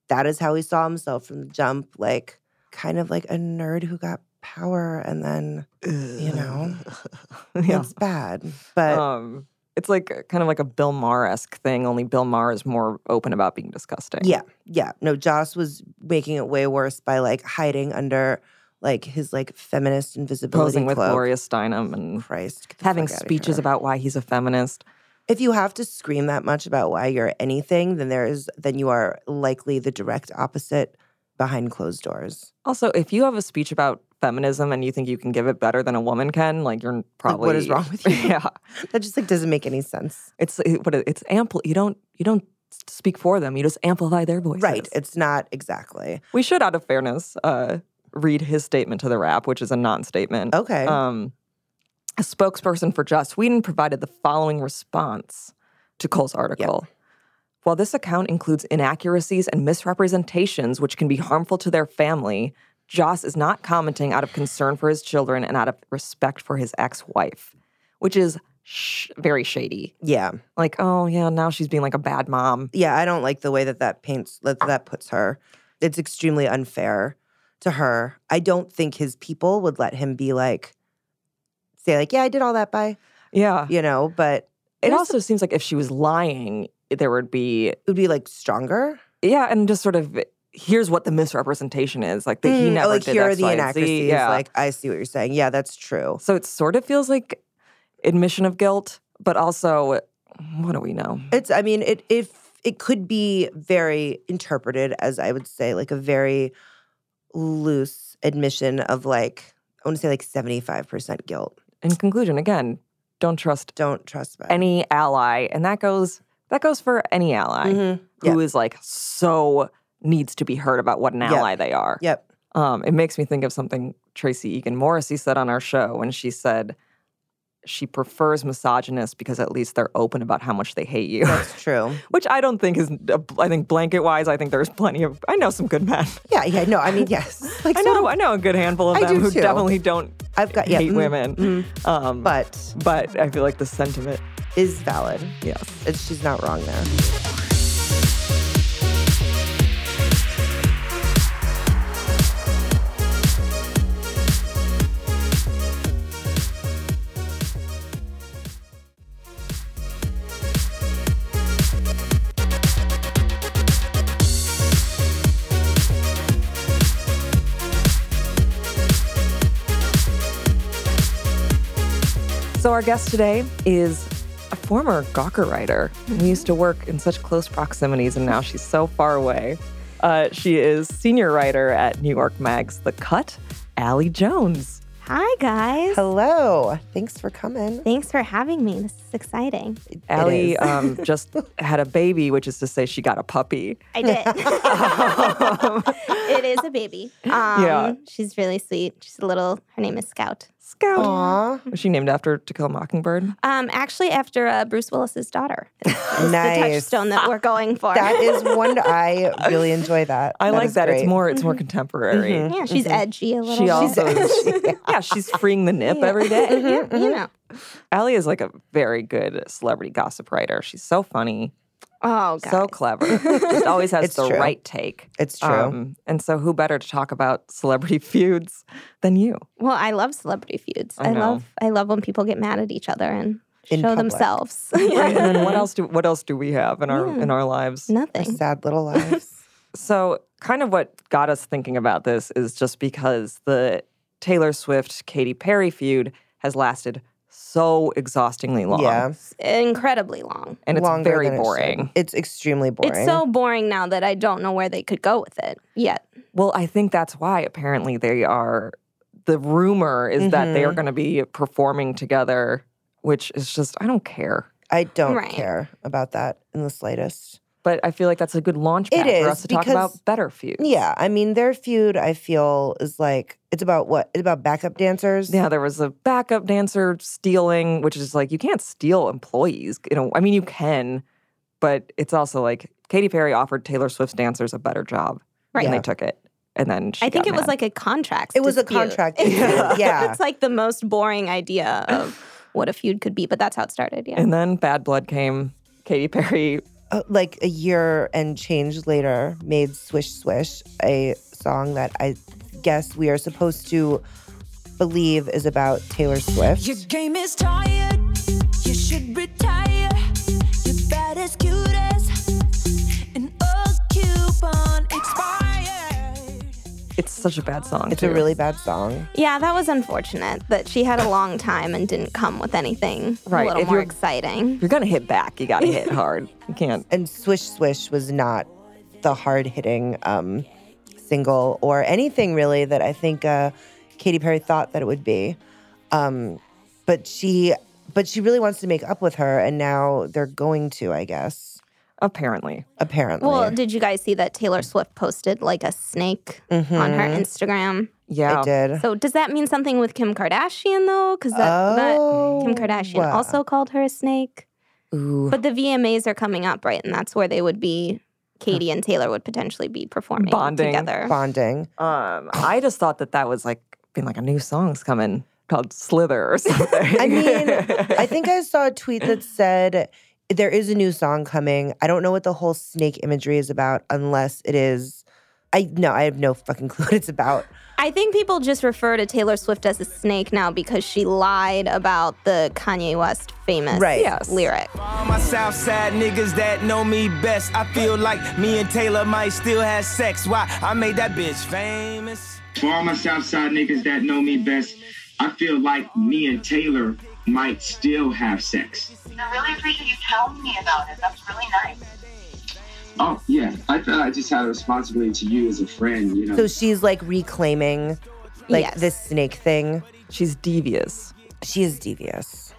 Speaker 2: that is how he saw himself from the jump, like kind of like a nerd who got power and then you know.
Speaker 1: yeah.
Speaker 2: it's bad. But
Speaker 1: Um, it's like kind of like a Bill Maher esque thing. Only Bill Maher is more open about being disgusting.
Speaker 2: Yeah. Yeah. No, Joss was making it way worse by like hiding under like his like feminist invisibility
Speaker 1: posing with
Speaker 2: cloak.
Speaker 1: Gloria Steinem and
Speaker 2: Christ. get the
Speaker 1: having
Speaker 2: fuck outta
Speaker 1: speeches
Speaker 2: here.
Speaker 1: about why he's a feminist.
Speaker 2: If you have to scream that much about why you're anything, then there is then you are likely the direct opposite behind closed doors.
Speaker 1: Also, if you have a speech about feminism and you think you can give it better than a woman can, like you're
Speaker 2: Like,
Speaker 1: probably
Speaker 2: what is wrong with you?
Speaker 1: yeah,
Speaker 2: That just like doesn't make any sense.
Speaker 1: it's it, what it- it's ample. You don't you don't s- speak for them. You just amplify their voices.
Speaker 2: Right. It's not exactly.
Speaker 1: We should, out of fairness, uh, read his statement to the rap, which is a non-statement.
Speaker 2: Okay.
Speaker 1: Um, a spokesperson for Joss Whedon provided the following response to Cole's article. While this account includes inaccuracies and misrepresentations which can be harmful to their family, Joss is not commenting out of concern for his children and out of respect for his ex wife, which is sh- very shady.
Speaker 2: yeah.
Speaker 1: Like, oh, yeah, now she's being like a bad mom.
Speaker 2: Yeah, I don't like the way that that paints that that puts her. It's extremely unfair to her. I don't think his people would let him be like say like, "Yeah, I did all that by,"
Speaker 1: Yeah.
Speaker 2: you know, but
Speaker 1: It
Speaker 2: There's
Speaker 1: also seems like if she was lying, there would be,
Speaker 2: it would be like stronger.
Speaker 1: yeah, and just sort of here's what the misrepresentation is like that he
Speaker 2: Mm, oh,
Speaker 1: never
Speaker 2: like
Speaker 1: did
Speaker 2: here
Speaker 1: X,
Speaker 2: are the
Speaker 1: Y, and Z.
Speaker 2: inaccuracies.
Speaker 1: Yeah.
Speaker 2: Like I see what you're saying. Yeah, that's true.
Speaker 1: So it sort of feels like admission of guilt, but also, what do we know?
Speaker 2: It's I mean, it if it could be very interpreted as I would say like a very loose admission of like I want to say like 75% guilt.
Speaker 1: In conclusion, again, don't trust
Speaker 2: Don't trust men.
Speaker 1: any ally, and that goes that goes for any ally who is
Speaker 2: Mhm. yeah.
Speaker 1: like so needs to be heard about what an
Speaker 2: Yep.
Speaker 1: ally they are.
Speaker 2: Yep.
Speaker 1: Um, it makes me think of something Tracy Egan Morrissey said on our show when she said she prefers misogynists because at least they're open about how much they hate you,
Speaker 2: That's true.
Speaker 1: which I don't think is. I think blanket wise, I think there's plenty of. I know some good men.
Speaker 2: Yeah, yeah, no, I mean, yes. Like,
Speaker 1: I
Speaker 2: so
Speaker 1: know, I know a good handful of
Speaker 2: I
Speaker 1: them
Speaker 2: do
Speaker 1: who
Speaker 2: too.
Speaker 1: definitely don't
Speaker 2: I've got, yeah.
Speaker 1: hate
Speaker 2: mm,
Speaker 1: women.
Speaker 2: mm,
Speaker 1: Um, mm-hmm, but
Speaker 2: but
Speaker 1: but I feel like the sentiment,
Speaker 2: is valid.
Speaker 1: yes.
Speaker 2: And she's not wrong there.
Speaker 1: So our guest today is a former Gawker writer. We used to work in such close proximities, and now she's so far away. Uh, she is senior writer at New York Mag's The Cut, Allie Jones.
Speaker 3: Hi, guys.
Speaker 2: Hello. Thanks for coming.
Speaker 3: Thanks for having me. This is exciting.
Speaker 1: Allie
Speaker 2: is.
Speaker 1: um, just had a baby, which is to say she got a puppy.
Speaker 3: I did. it is a baby. Um,
Speaker 1: Yeah.
Speaker 3: She's really sweet. She's a little, her name is Scout.
Speaker 1: Scout.
Speaker 2: Aw,
Speaker 1: Was she named after To Kill a Mockingbird?
Speaker 3: Um, actually, after uh, Bruce Willis's daughter. It's
Speaker 2: Nice.
Speaker 3: the touchstone that we're going for.
Speaker 2: that is one. I really enjoy that.
Speaker 1: I like
Speaker 2: is
Speaker 1: that. It's
Speaker 2: great.
Speaker 1: more. It's more contemporary.
Speaker 2: Mhm.
Speaker 3: Yeah, she's edgy a little.
Speaker 1: She
Speaker 3: bit.
Speaker 1: also, she- yeah, she's freeing the nip every day.
Speaker 2: Mm-hmm.
Speaker 3: you know.
Speaker 1: Allie is like a very good celebrity gossip writer. She's so funny,
Speaker 3: Oh, God.
Speaker 1: so clever. Just always has
Speaker 2: It's
Speaker 1: the
Speaker 2: true.
Speaker 1: right take.
Speaker 2: It's true.
Speaker 1: Um, and so, who better to talk about celebrity feuds than you?
Speaker 3: Well, I love celebrity feuds.
Speaker 1: I
Speaker 3: I,
Speaker 1: know.
Speaker 3: love I love when people get mad at each other and
Speaker 2: In
Speaker 3: show
Speaker 2: public.
Speaker 3: themselves.
Speaker 1: Right? And then, what else do what else do we have in our
Speaker 3: Yeah.
Speaker 1: in our lives?
Speaker 2: Our
Speaker 3: Nothing.
Speaker 2: sad little lives.
Speaker 1: So, kind of what got us thinking about this is just because the Taylor Swift Katy Perry feud has lasted so exhaustingly long,
Speaker 2: yeah.
Speaker 3: Incredibly long.
Speaker 1: and it's
Speaker 2: Longer
Speaker 1: very
Speaker 2: than it should.
Speaker 1: boring.
Speaker 2: It's extremely boring.
Speaker 3: It's so boring now that I don't know where they could go with it yet.
Speaker 1: Well, I think that's why apparently they are. The rumor is that
Speaker 2: Mm-hmm.
Speaker 1: they are going to be performing together, which is just, I don't care.
Speaker 2: I don't
Speaker 3: Right.
Speaker 2: care about that in the slightest.
Speaker 1: But I feel like that's a good launch pad
Speaker 2: It
Speaker 1: for
Speaker 2: is,
Speaker 1: us to talk
Speaker 2: because-
Speaker 1: about better feuds.
Speaker 2: Yeah. I mean, their feud, I feel, is like, it's about what? It's about backup dancers.
Speaker 1: Yeah, there was a backup dancer stealing, which is like, you can't steal employees. You know, I mean, you can, but it's also like Katy Perry offered Taylor Swift's dancers a better job.
Speaker 3: Right.
Speaker 1: And they
Speaker 2: Yeah.
Speaker 1: took it. And then she
Speaker 3: I think
Speaker 1: got
Speaker 3: it was
Speaker 1: mad.
Speaker 3: like a contract.
Speaker 2: It was a
Speaker 3: dispute.
Speaker 2: contract dispute, yeah.
Speaker 3: it's like the most boring idea of what a feud could be, but that's how it started. Yeah.
Speaker 1: And then Bad Blood came. Katy Perry
Speaker 2: uh, like a year and change later made swish swish a song that i guess we are supposed to believe is about taylor swift
Speaker 6: Your game is tired. You should retire. You're bad as cute as an old coupon expired.
Speaker 1: It's such a bad song.
Speaker 2: it's
Speaker 1: too.
Speaker 2: a really bad song
Speaker 3: Yeah, that was unfortunate that she had a long time and didn't come with anything
Speaker 1: Right,
Speaker 3: a little
Speaker 1: if
Speaker 3: more
Speaker 1: you're-
Speaker 3: exciting.
Speaker 1: You're gonna hit back. You gotta hit hard. You can't.
Speaker 2: and swish swish was not the hard hitting um, single or anything really that i think uh, katy perry thought that it would be um, but she but she really wants to make up with her and now they're going to i guess
Speaker 1: Apparently,
Speaker 2: apparently Hmm.
Speaker 3: Well, did you guys see that Taylor Swift posted like a snake on her Instagram?
Speaker 1: Yeah.
Speaker 2: It Mm-hmm. did.
Speaker 3: So does that mean something with Kim Kardashian though? Because that, that-
Speaker 2: oh,
Speaker 3: Kim Kardashian
Speaker 2: wow.
Speaker 3: also called her a snake.
Speaker 2: Ooh.
Speaker 3: But the VMAs are coming up, right? And that's where they would be. Katie and Taylor would potentially be performing
Speaker 1: Bonding.
Speaker 3: together.
Speaker 2: bonding.
Speaker 1: Um, I just thought that that was like being like a new song's coming called Slither or something.
Speaker 2: I mean, I think I saw a tweet that said there is a new song coming. I don't know what the whole snake imagery is about unless it is I no, I have no fucking clue what it's about.
Speaker 3: I think people just refer to Taylor Swift as a snake now because she lied about the Kanye West famous
Speaker 2: Right.
Speaker 1: Yes.
Speaker 3: lyric.
Speaker 7: All my Southside niggas that know me best, I feel like me and Taylor might still have sex. Why? I made that bitch famous.
Speaker 8: For all my Southside niggas that know me best, I feel like me and Taylor might still have sex.
Speaker 9: I really appreciate you telling me about it. That's really nice.
Speaker 8: Oh yeah, I thought I just had a responsibility to you as a friend. You know.
Speaker 2: So she's like reclaiming like
Speaker 3: Yes.
Speaker 2: this snake thing.
Speaker 1: she's devious.
Speaker 2: She is devious,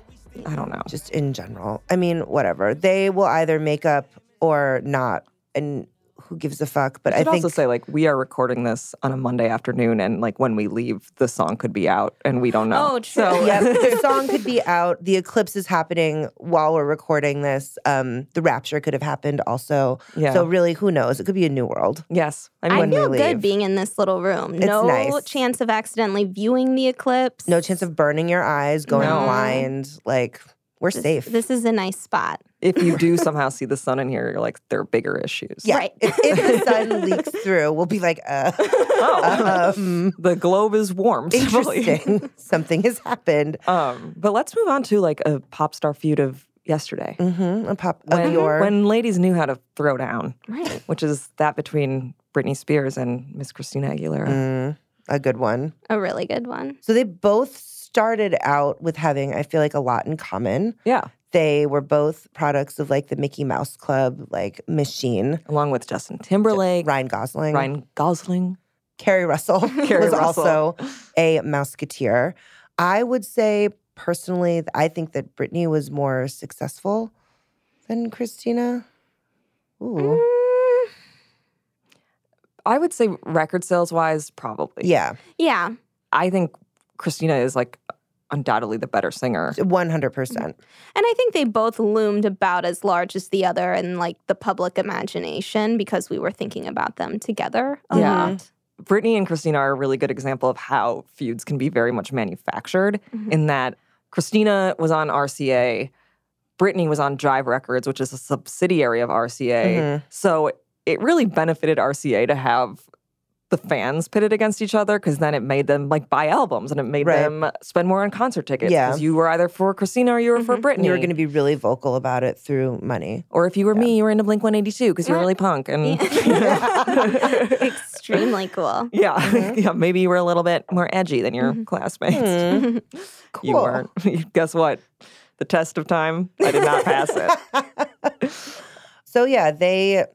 Speaker 1: I don't know.
Speaker 2: just in general. I mean, whatever. They will either make up or not. And who gives a fuck? But
Speaker 1: I
Speaker 2: I
Speaker 1: should
Speaker 2: think
Speaker 1: also say like we are recording this on a Monday afternoon, and like when we leave, the song could be out, and we don't know.
Speaker 3: Oh, true.
Speaker 1: So,
Speaker 2: yeah, the song could be out. The eclipse is happening while we're recording this. Um, the rapture could have happened also.
Speaker 1: yeah.
Speaker 2: So really, who knows? It could be a new world.
Speaker 1: yes, I
Speaker 3: I
Speaker 1: mean,
Speaker 2: when we
Speaker 3: feel good
Speaker 2: leave.
Speaker 3: being in this little room.
Speaker 2: It's
Speaker 3: no
Speaker 2: nice.
Speaker 3: chance of accidentally viewing the eclipse.
Speaker 2: No chance of burning your eyes, going
Speaker 1: No.
Speaker 2: blind. Like we're
Speaker 3: this,
Speaker 2: safe.
Speaker 3: This is a nice spot.
Speaker 1: if you do somehow see the sun in here, you're like there are bigger issues.
Speaker 2: yeah.
Speaker 3: right.
Speaker 2: if, if the sun leaks through, we'll be like, uh,
Speaker 1: Oh.
Speaker 2: um,
Speaker 1: The globe is warm.
Speaker 2: interesting. Something has happened.
Speaker 1: Um, but let's move on to like a pop star feud of yesterday.
Speaker 2: Mm-hmm. A pop
Speaker 1: When,
Speaker 2: of your
Speaker 1: when ladies knew how to throw down,
Speaker 3: Right.
Speaker 1: which is that between Britney Spears and Miss Christina Aguilera.
Speaker 2: Mm, a good one.
Speaker 3: A really good one.
Speaker 2: So they both started out with having, I feel like, a lot in common.
Speaker 1: Yeah,
Speaker 2: They were both products of like the Mickey Mouse Club like machine.
Speaker 1: along with Justin Timberlake,
Speaker 2: Ryan Gosling,
Speaker 1: Ryan Gosling.
Speaker 2: Carrie Russell
Speaker 1: Carrie
Speaker 2: was
Speaker 1: Russell.
Speaker 2: also a Mouseketeer. I would say personally, th- I think that Britney was more successful than Christina. Ooh,
Speaker 3: Mm,
Speaker 1: I would say record sales wise, probably.
Speaker 2: yeah,
Speaker 3: yeah.
Speaker 1: I think Christina is like undoubtedly the better singer.
Speaker 2: one hundred percent.
Speaker 3: And I think they both loomed about as large as the other in like the public imagination because we were thinking about them together a
Speaker 1: Yeah.
Speaker 3: lot.
Speaker 2: Mm-hmm.
Speaker 1: Britney and Christina are a really good example of how feuds can be very much manufactured
Speaker 2: Mm-hmm.
Speaker 3: Mhm.
Speaker 1: in that Christina was on RCA, Britney was on Jive Records, which is a subsidiary of RCA.
Speaker 2: Mm-hmm.
Speaker 1: So it really benefited RCA to have the fans pitted against each other because then it made them like buy albums and it made
Speaker 2: Right.
Speaker 1: them spend more on concert tickets
Speaker 2: Yeah. Mm-hmm.
Speaker 1: because you were either for Christina or you were for Britney.
Speaker 2: You were going to be really vocal about it through money.
Speaker 1: or if you were me, you were into Blink 182 because you're
Speaker 3: Yeah.
Speaker 1: really punk. And
Speaker 3: Extremely cool.
Speaker 1: Yeah,
Speaker 2: Mm-hmm.
Speaker 1: yeah. Maybe you were a little bit more edgy than your classmates.
Speaker 2: Hmm, Cool.
Speaker 1: You weren't. Guess what? The test of time, I did not pass it.
Speaker 2: So yeah, they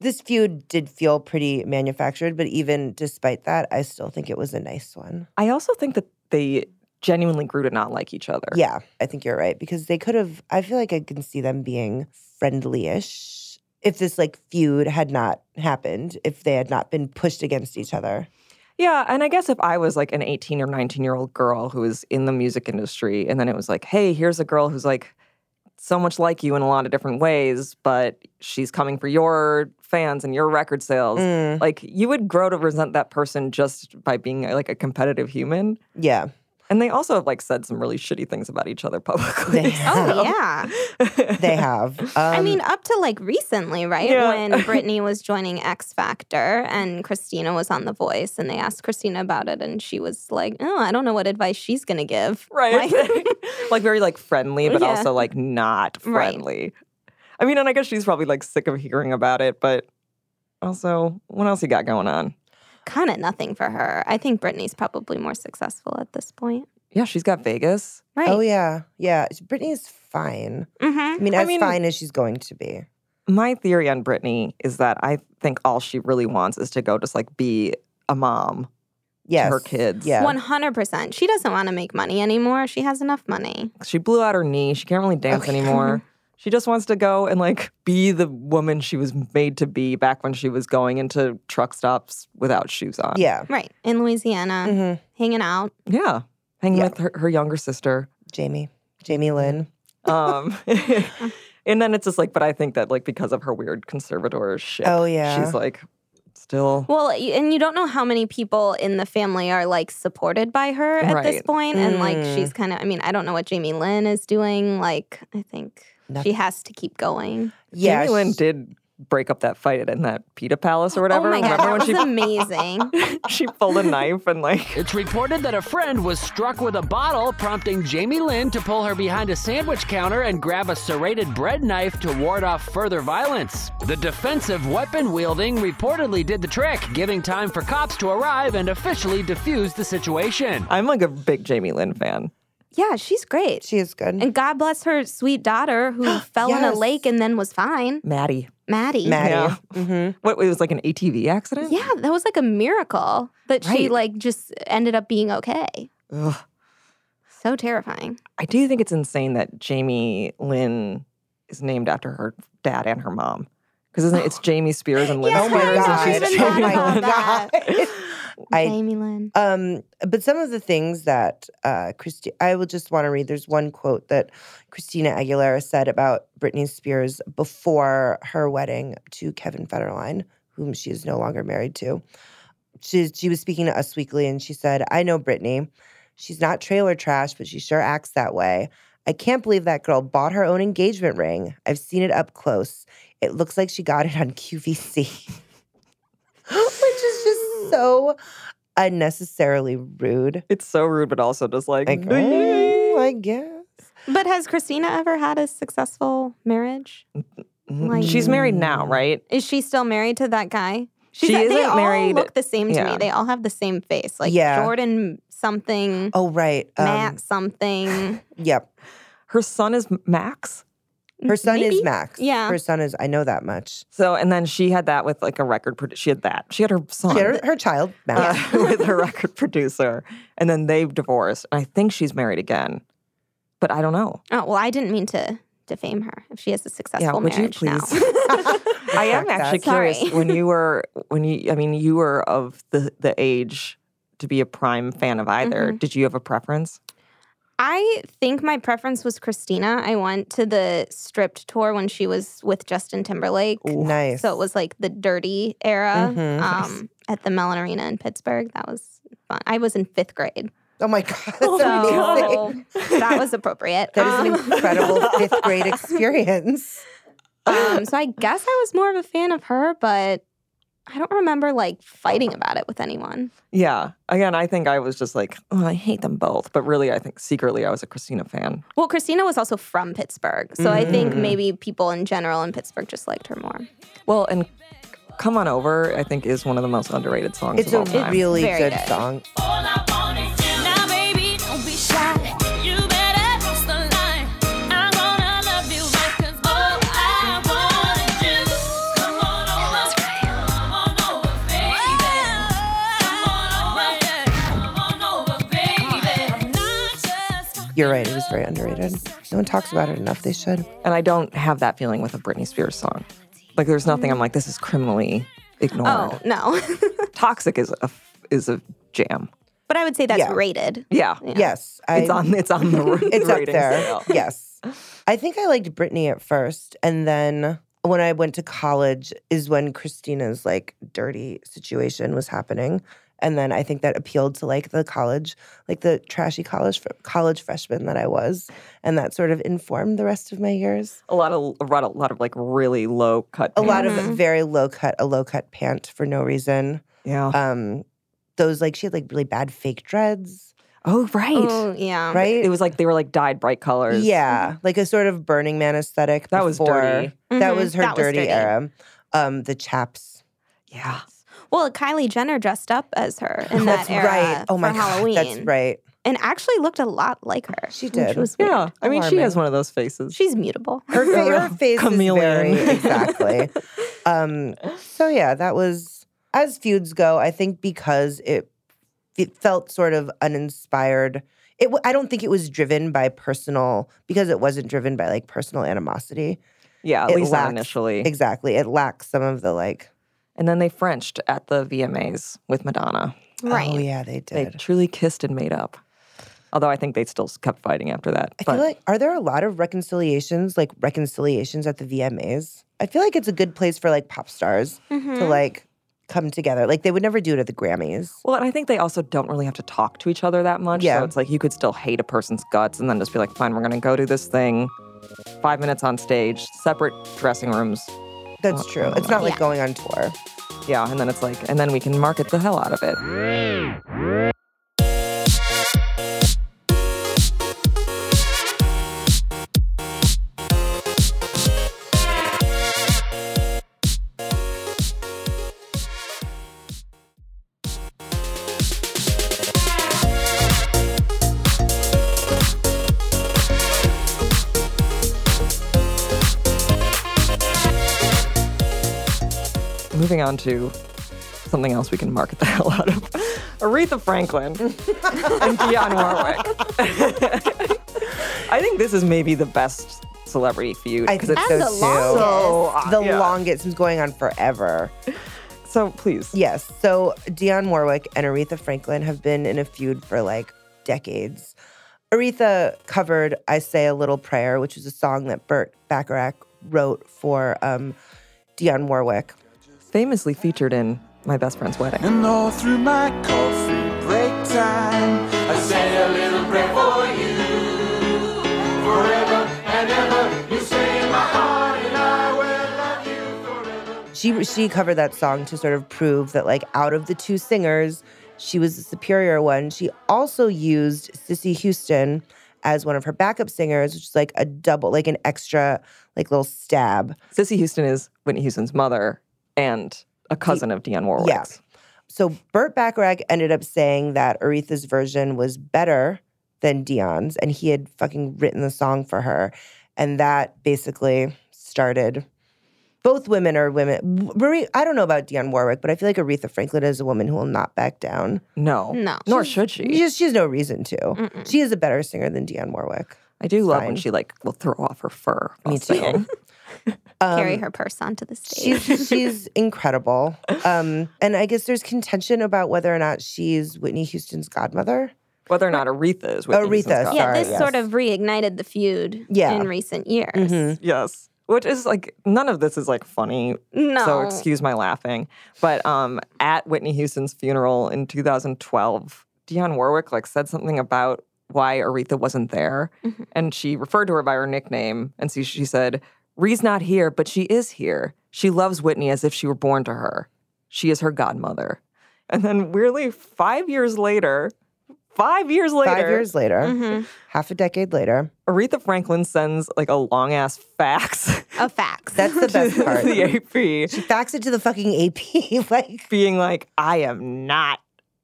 Speaker 2: this feud did feel pretty manufactured, but even despite that, I still think it was a nice one.
Speaker 1: I also think that they genuinely grew to not like each other.
Speaker 2: Yeah, I think you're right because they could have I feel like I can see them being friendly-ish if this like feud had not happened, if they had not been pushed against each other.
Speaker 1: Yeah, and I guess if I was like an 18 or 19 year old girl who is in the music industry, and then it was like, hey, here's a girl who's like so much like you in a lot of different ways, but she's coming for your fans and your record sales.
Speaker 2: Mm,
Speaker 1: Like you would grow to resent that person just by being like a competitive human.
Speaker 2: yeah.
Speaker 1: And they also have like said some really shitty things about each other publicly.
Speaker 2: They have.
Speaker 3: Oh, yeah.
Speaker 1: yeah.
Speaker 2: They have. Um,
Speaker 3: I mean, up to like recently, right?
Speaker 1: Yeah.
Speaker 3: When Britney was joining X Factor and Christina was on The Voice, and they asked Christina about it, and she was like, "Oh, I don't know what advice she's gonna give."
Speaker 1: right.
Speaker 3: Like-
Speaker 1: like very like friendly, but
Speaker 3: Yeah.
Speaker 1: also like not
Speaker 3: Right.
Speaker 1: friendly. I mean, and I guess she's probably like sick of hearing about it, but also, what else you got going on?
Speaker 3: kind of nothing for her. I think Britney's probably more successful at this point.
Speaker 1: Yeah, she's got Vegas.
Speaker 3: Right.
Speaker 2: oh yeah. Yeah, Britney's fine.
Speaker 3: Mm-hmm.
Speaker 2: I mean,
Speaker 1: I
Speaker 2: as
Speaker 1: mean-
Speaker 2: fine as she's going to be.
Speaker 1: My theory on Britney is that I think all she really wants is to go just like be a mom
Speaker 2: Yes.
Speaker 1: to her kids.
Speaker 2: Yeah.
Speaker 3: 100%. She doesn't want to make money anymore. She has enough money.
Speaker 1: She blew out her knee. She can't really dance
Speaker 2: Okay.
Speaker 1: anymore. She just wants to go and like be the woman she was made to be back when she was going into truck stops without shoes on.
Speaker 2: Yeah.
Speaker 3: Right. In Louisiana,
Speaker 2: Mm-hmm.
Speaker 3: hanging out.
Speaker 1: Yeah. Hanging
Speaker 2: Yeah.
Speaker 1: with her, her younger sister.
Speaker 2: Jamie. Jamie Lynn.
Speaker 1: Um, and then it's just like, but I think that like because of her weird conservatorship,
Speaker 2: Oh, yeah.
Speaker 1: she's like still
Speaker 3: Well, you- and you don't know how many people in the family are like supported by her at this
Speaker 1: Right.
Speaker 3: point. And like
Speaker 2: Mm.
Speaker 3: she's kind of, I mean, I don't know what Jamie Lynn is doing. Like, I think she
Speaker 2: Nothing.
Speaker 3: has to keep going.
Speaker 2: Yeah.
Speaker 1: Jamie Lynn
Speaker 2: sh-
Speaker 1: did break up that fight in that pita palace or whatever.
Speaker 3: oh my God,
Speaker 1: Remember
Speaker 3: that
Speaker 1: when
Speaker 3: was
Speaker 1: she
Speaker 3: amazing.
Speaker 1: she pulled a knife and like
Speaker 10: It's reported that a friend was struck with a bottle, prompting Jamie Lynn to pull her behind a sandwich counter and grab a serrated bread knife to ward off further violence. The defensive weapon wielding reportedly did the trick, giving time for cops to arrive and officially defuse the situation.
Speaker 1: I'm like a big Jamie Lynn fan.
Speaker 3: yeah, she's great.
Speaker 2: She is good.
Speaker 3: and God bless her sweet daughter who fell in a
Speaker 2: Yes.
Speaker 3: lake and then was fine.
Speaker 1: Maddie.
Speaker 3: Maddie.
Speaker 2: Maddie.
Speaker 1: Yeah.
Speaker 2: Mm-hmm.
Speaker 1: What it was like an ATV accident?
Speaker 3: Yeah, that was like a miracle that she
Speaker 1: Right.
Speaker 3: like just ended up being okay.
Speaker 1: Ugh.
Speaker 3: So terrifying.
Speaker 1: I do think it's insane that Jamie Lynn is named after her dad and her mom. Because isn't it, it's Jamie Spears and Lynn
Speaker 3: Yeah,
Speaker 2: Oh my
Speaker 1: Spears,
Speaker 2: God.
Speaker 1: and she's
Speaker 3: Even
Speaker 1: Jamie
Speaker 3: better.
Speaker 1: Lynn.
Speaker 3: that.
Speaker 2: I
Speaker 3: Jamie Lynn.
Speaker 2: Um, but some of the things that uh, Christi- I will just want to read. There's one quote that Christina Aguilera said about Britney Spears before her wedding to Kevin Federline, whom she is no longer married to. She, she was speaking to Us Weekly and she said, I know Britney. She's not trailer trash, but she sure acts that way. I can't believe that girl bought her own engagement ring. I've seen it up close. It looks like she got it on QVC, which is just so unnecessarily rude.
Speaker 1: It's so rude, but also just like,
Speaker 2: Like, oh, I guess.
Speaker 3: But has Christina ever had a successful marriage? like-
Speaker 1: mm-hmm." she's married now, right?
Speaker 3: Is she still married to that guy? She's,
Speaker 1: She
Speaker 3: they
Speaker 1: isn't
Speaker 3: all
Speaker 1: married-
Speaker 3: look the same to
Speaker 1: yeah.
Speaker 3: me. They all have the same face. Like
Speaker 2: Yeah.
Speaker 3: Jordan something,
Speaker 2: Oh, right. Um,
Speaker 3: Matt something.
Speaker 2: Yep.
Speaker 1: Her son is Max.
Speaker 2: Her son
Speaker 3: Maybe?
Speaker 2: is Max.
Speaker 3: Yeah.
Speaker 2: Her son is, I know that much.
Speaker 1: So, and then she had that with like a record. Pro- she had that. She had her son.
Speaker 2: She had her, her child, Max.
Speaker 1: uh, with her record producer, and then they've divorced. And I think she's married again, but I don't know.
Speaker 3: Oh, well, I didn't mean to defame her if she has a successful
Speaker 1: would you
Speaker 3: marriage now.
Speaker 1: I am
Speaker 2: Retract
Speaker 1: actually
Speaker 2: that.
Speaker 1: curious
Speaker 3: Sorry.
Speaker 1: when you were when you. I mean, you were of the the age to be a prime fan of either. Did you have a preference?
Speaker 3: I think my preference was Christina. I went to the stripped tour when she was with Justin Timberlake.
Speaker 2: Nice.
Speaker 3: So it was like the dirty era
Speaker 2: Mhm.
Speaker 3: um, at the Mellon Arena in Pittsburgh. That was fun. I was in fifth grade.
Speaker 2: oh my God. That's
Speaker 3: So
Speaker 2: amazing.
Speaker 3: that was appropriate.
Speaker 2: That is
Speaker 3: Um,
Speaker 2: an incredible fifth grade experience.
Speaker 3: um, so I guess I was more of a fan of her, but I don't remember like fighting about it with anyone.
Speaker 1: Yeah. Again, I think I was just like, oh, I hate them both, but really, I think secretly I was a Christina fan.
Speaker 3: Well, Christina was also from Pittsburgh. So I
Speaker 2: Mm-hmm.
Speaker 3: think maybe people in general in Pittsburgh just liked her more.
Speaker 1: Well, and "Come On Over" I think is one of the most underrated songs
Speaker 2: It's
Speaker 1: of
Speaker 2: a
Speaker 1: all time.
Speaker 2: really
Speaker 3: Very
Speaker 2: good
Speaker 3: good.
Speaker 2: song.
Speaker 6: All I want is you. Now, baby, don't be shy. You better cross the line. I'm gonna love you right, 'cause all I want is you. Come on over. Come on over, baby. Come on over. Come on over, baby. I'm not just talking
Speaker 2: You're right. It is very underrated. No one talks about it enough. They should.
Speaker 1: And I don't have that feeling with a Britney Spears song. Like there's nothing I'm like this is criminally ignored.
Speaker 3: Oh, no.
Speaker 1: Toxic is a is a jam.
Speaker 3: but I would say that's
Speaker 2: Yeah.
Speaker 3: rated.
Speaker 1: Yeah.
Speaker 2: Yes. I,
Speaker 1: It's on it's on the r-
Speaker 2: it's up
Speaker 1: rating
Speaker 2: there.
Speaker 1: scale.
Speaker 2: Yes. I think I liked Britney at first. And then when I went to college is when Christina's like dirty situation was happening. And then I think that appealed to like the college, like the trashy college fr- college freshman that I was, and that sort of informed the rest of my years.
Speaker 1: A lot of a lot of, lot of like really low cut.
Speaker 2: A lot
Speaker 1: bands.
Speaker 2: of very low cut, a low cut pant for no reason.
Speaker 1: yeah.
Speaker 2: Um, those like she had like really bad fake dreads,
Speaker 1: oh right.
Speaker 3: Oh, yeah.
Speaker 2: right?
Speaker 1: Um, It was like they were like dyed bright colors.
Speaker 2: Yeah, like a sort of Burning Man aesthetic.
Speaker 1: That was
Speaker 2: before-
Speaker 1: dirty.
Speaker 2: That
Speaker 3: Mhm,
Speaker 2: was her
Speaker 3: that was
Speaker 2: dirty,
Speaker 3: dirty.
Speaker 2: era. Um, the chaps.
Speaker 1: Yeah.
Speaker 3: Well, Kylie Jenner dressed up as her in that
Speaker 2: that's
Speaker 3: era
Speaker 2: right. Oh my
Speaker 3: for
Speaker 2: god,
Speaker 3: Halloween.
Speaker 2: that's right.
Speaker 3: And actually looked a lot like her.
Speaker 2: She
Speaker 3: which
Speaker 2: did.
Speaker 3: was weird.
Speaker 1: Yeah. I mean, she has
Speaker 2: Alarming.
Speaker 1: one of those faces.
Speaker 3: She's mutable.
Speaker 2: Her,
Speaker 1: A
Speaker 2: fa- her
Speaker 1: real
Speaker 2: face
Speaker 1: chameleon.
Speaker 2: is very exactly. um, so yeah, that was as feuds go. I think because it it felt sort of uninspired. it. w- I don't think it was driven by personal because it wasn't driven by like personal animosity.
Speaker 1: Yeah, at
Speaker 2: It
Speaker 1: least not
Speaker 2: lacks-
Speaker 1: initially.
Speaker 2: Exactly, it lacks some of the like.
Speaker 1: And then they Frenched at the VMAs with Madonna.
Speaker 3: Right.
Speaker 2: Oh yeah, they
Speaker 1: They
Speaker 2: did.
Speaker 1: truly kissed and made up. Although I think they still s- kept fighting after that.
Speaker 2: I feel like are there a lot of reconciliations, like reconciliations at the VMAs? I feel like it's a good place for like pop stars to
Speaker 3: Mhm.
Speaker 2: like come together. Like they would never do it at the Grammys.
Speaker 1: Well, and I think they also don't really have to talk to each other that much.
Speaker 2: Yeah.
Speaker 1: So it's like you could still hate a person's guts and then just be like, fine, we're going to go do this thing. Five minutes on stage, separate dressing rooms.
Speaker 2: That's true.
Speaker 1: Uh-uh.
Speaker 2: It's not like
Speaker 3: Yeah.
Speaker 2: going on tour.
Speaker 1: Yeah. And then it's like, and then we can market the hell out of it. Moving on to something else we can market the hell out of Aretha Franklin and Dionne Warwick. I think this is maybe the best celebrity feud.
Speaker 2: I
Speaker 1: 'cause
Speaker 2: think
Speaker 1: it's
Speaker 2: so
Speaker 3: the
Speaker 2: too.
Speaker 3: longest.
Speaker 1: So, uh,
Speaker 2: the
Speaker 1: yeah.
Speaker 2: longest is going on forever.
Speaker 1: So please.
Speaker 2: Yes. So Dionne Warwick and Aretha Franklin have been in a feud for like decades. Aretha covered I Say a Little Prayer, which is a song that Burt Bacharach wrote for um, Dionne Warwick.
Speaker 1: Famously featured in My Best Friend's Wedding.
Speaker 7: And all through my coffee break time, I say a little prayer for you. Forever and ever, you stay in my heart, and I will love you.
Speaker 2: She she covered that song to sort of prove that like out of the two singers, she was the superior one. She also used Sissy Houston as one of her backup singers, which is like a double, like an extra, like little stab.
Speaker 1: Sissy Houston is Whitney Houston's mother and a cousin of Dionne Warwick.
Speaker 2: Yeah. So Burt Bacharach ended up saying that Aretha's version was better than Dion's, and he had fucking written the song for her, and that basically started. Both women are women. Marie, I don't know about Dionne Warwick, but I feel like Aretha Franklin is a woman who will not back down.
Speaker 1: No.
Speaker 3: No.
Speaker 1: Nor should she.
Speaker 2: She has, she has no reason to. She is a better singer than Dionne Warwick.
Speaker 1: I do love
Speaker 2: fine.
Speaker 1: when she like will throw off her fur. Me
Speaker 2: too. Um,
Speaker 3: Carry her purse onto the stage.
Speaker 2: she's she's incredible. Um, and I guess there's contention about whether or not she's Whitney Houston's godmother.
Speaker 1: Whether or not Aretha is Whitney Houston's
Speaker 2: Oh,
Speaker 1: cousin.
Speaker 2: Aretha, sorry.
Speaker 3: yeah, this
Speaker 2: yes.
Speaker 3: sort of reignited the feud
Speaker 2: Yeah.
Speaker 3: in recent years.
Speaker 1: Mm-hmm.
Speaker 2: Mhm.
Speaker 1: Yes. Which is like none of this is like funny.
Speaker 3: No.
Speaker 1: So excuse my laughing. But um at Whitney Houston's funeral in 2012, Dionne Warwick like said something about why Aretha wasn't there.
Speaker 2: Mm-hmm.
Speaker 3: Mhm.
Speaker 1: And she referred to her by her nickname. And so she said, Ree's not here, but she is here. She loves Whitney as if she were born to her. She is her godmother. And then weirdly, five years later, five years later, Mm-hmm.
Speaker 2: Five years later,
Speaker 3: Mhm.
Speaker 2: half a decade later.
Speaker 1: Aretha Franklin sends like a long ass fax.
Speaker 3: A fax.
Speaker 2: Oh, That's the best part.
Speaker 1: the AP
Speaker 2: She faxed it to the fucking AP. like,
Speaker 1: being like, I am not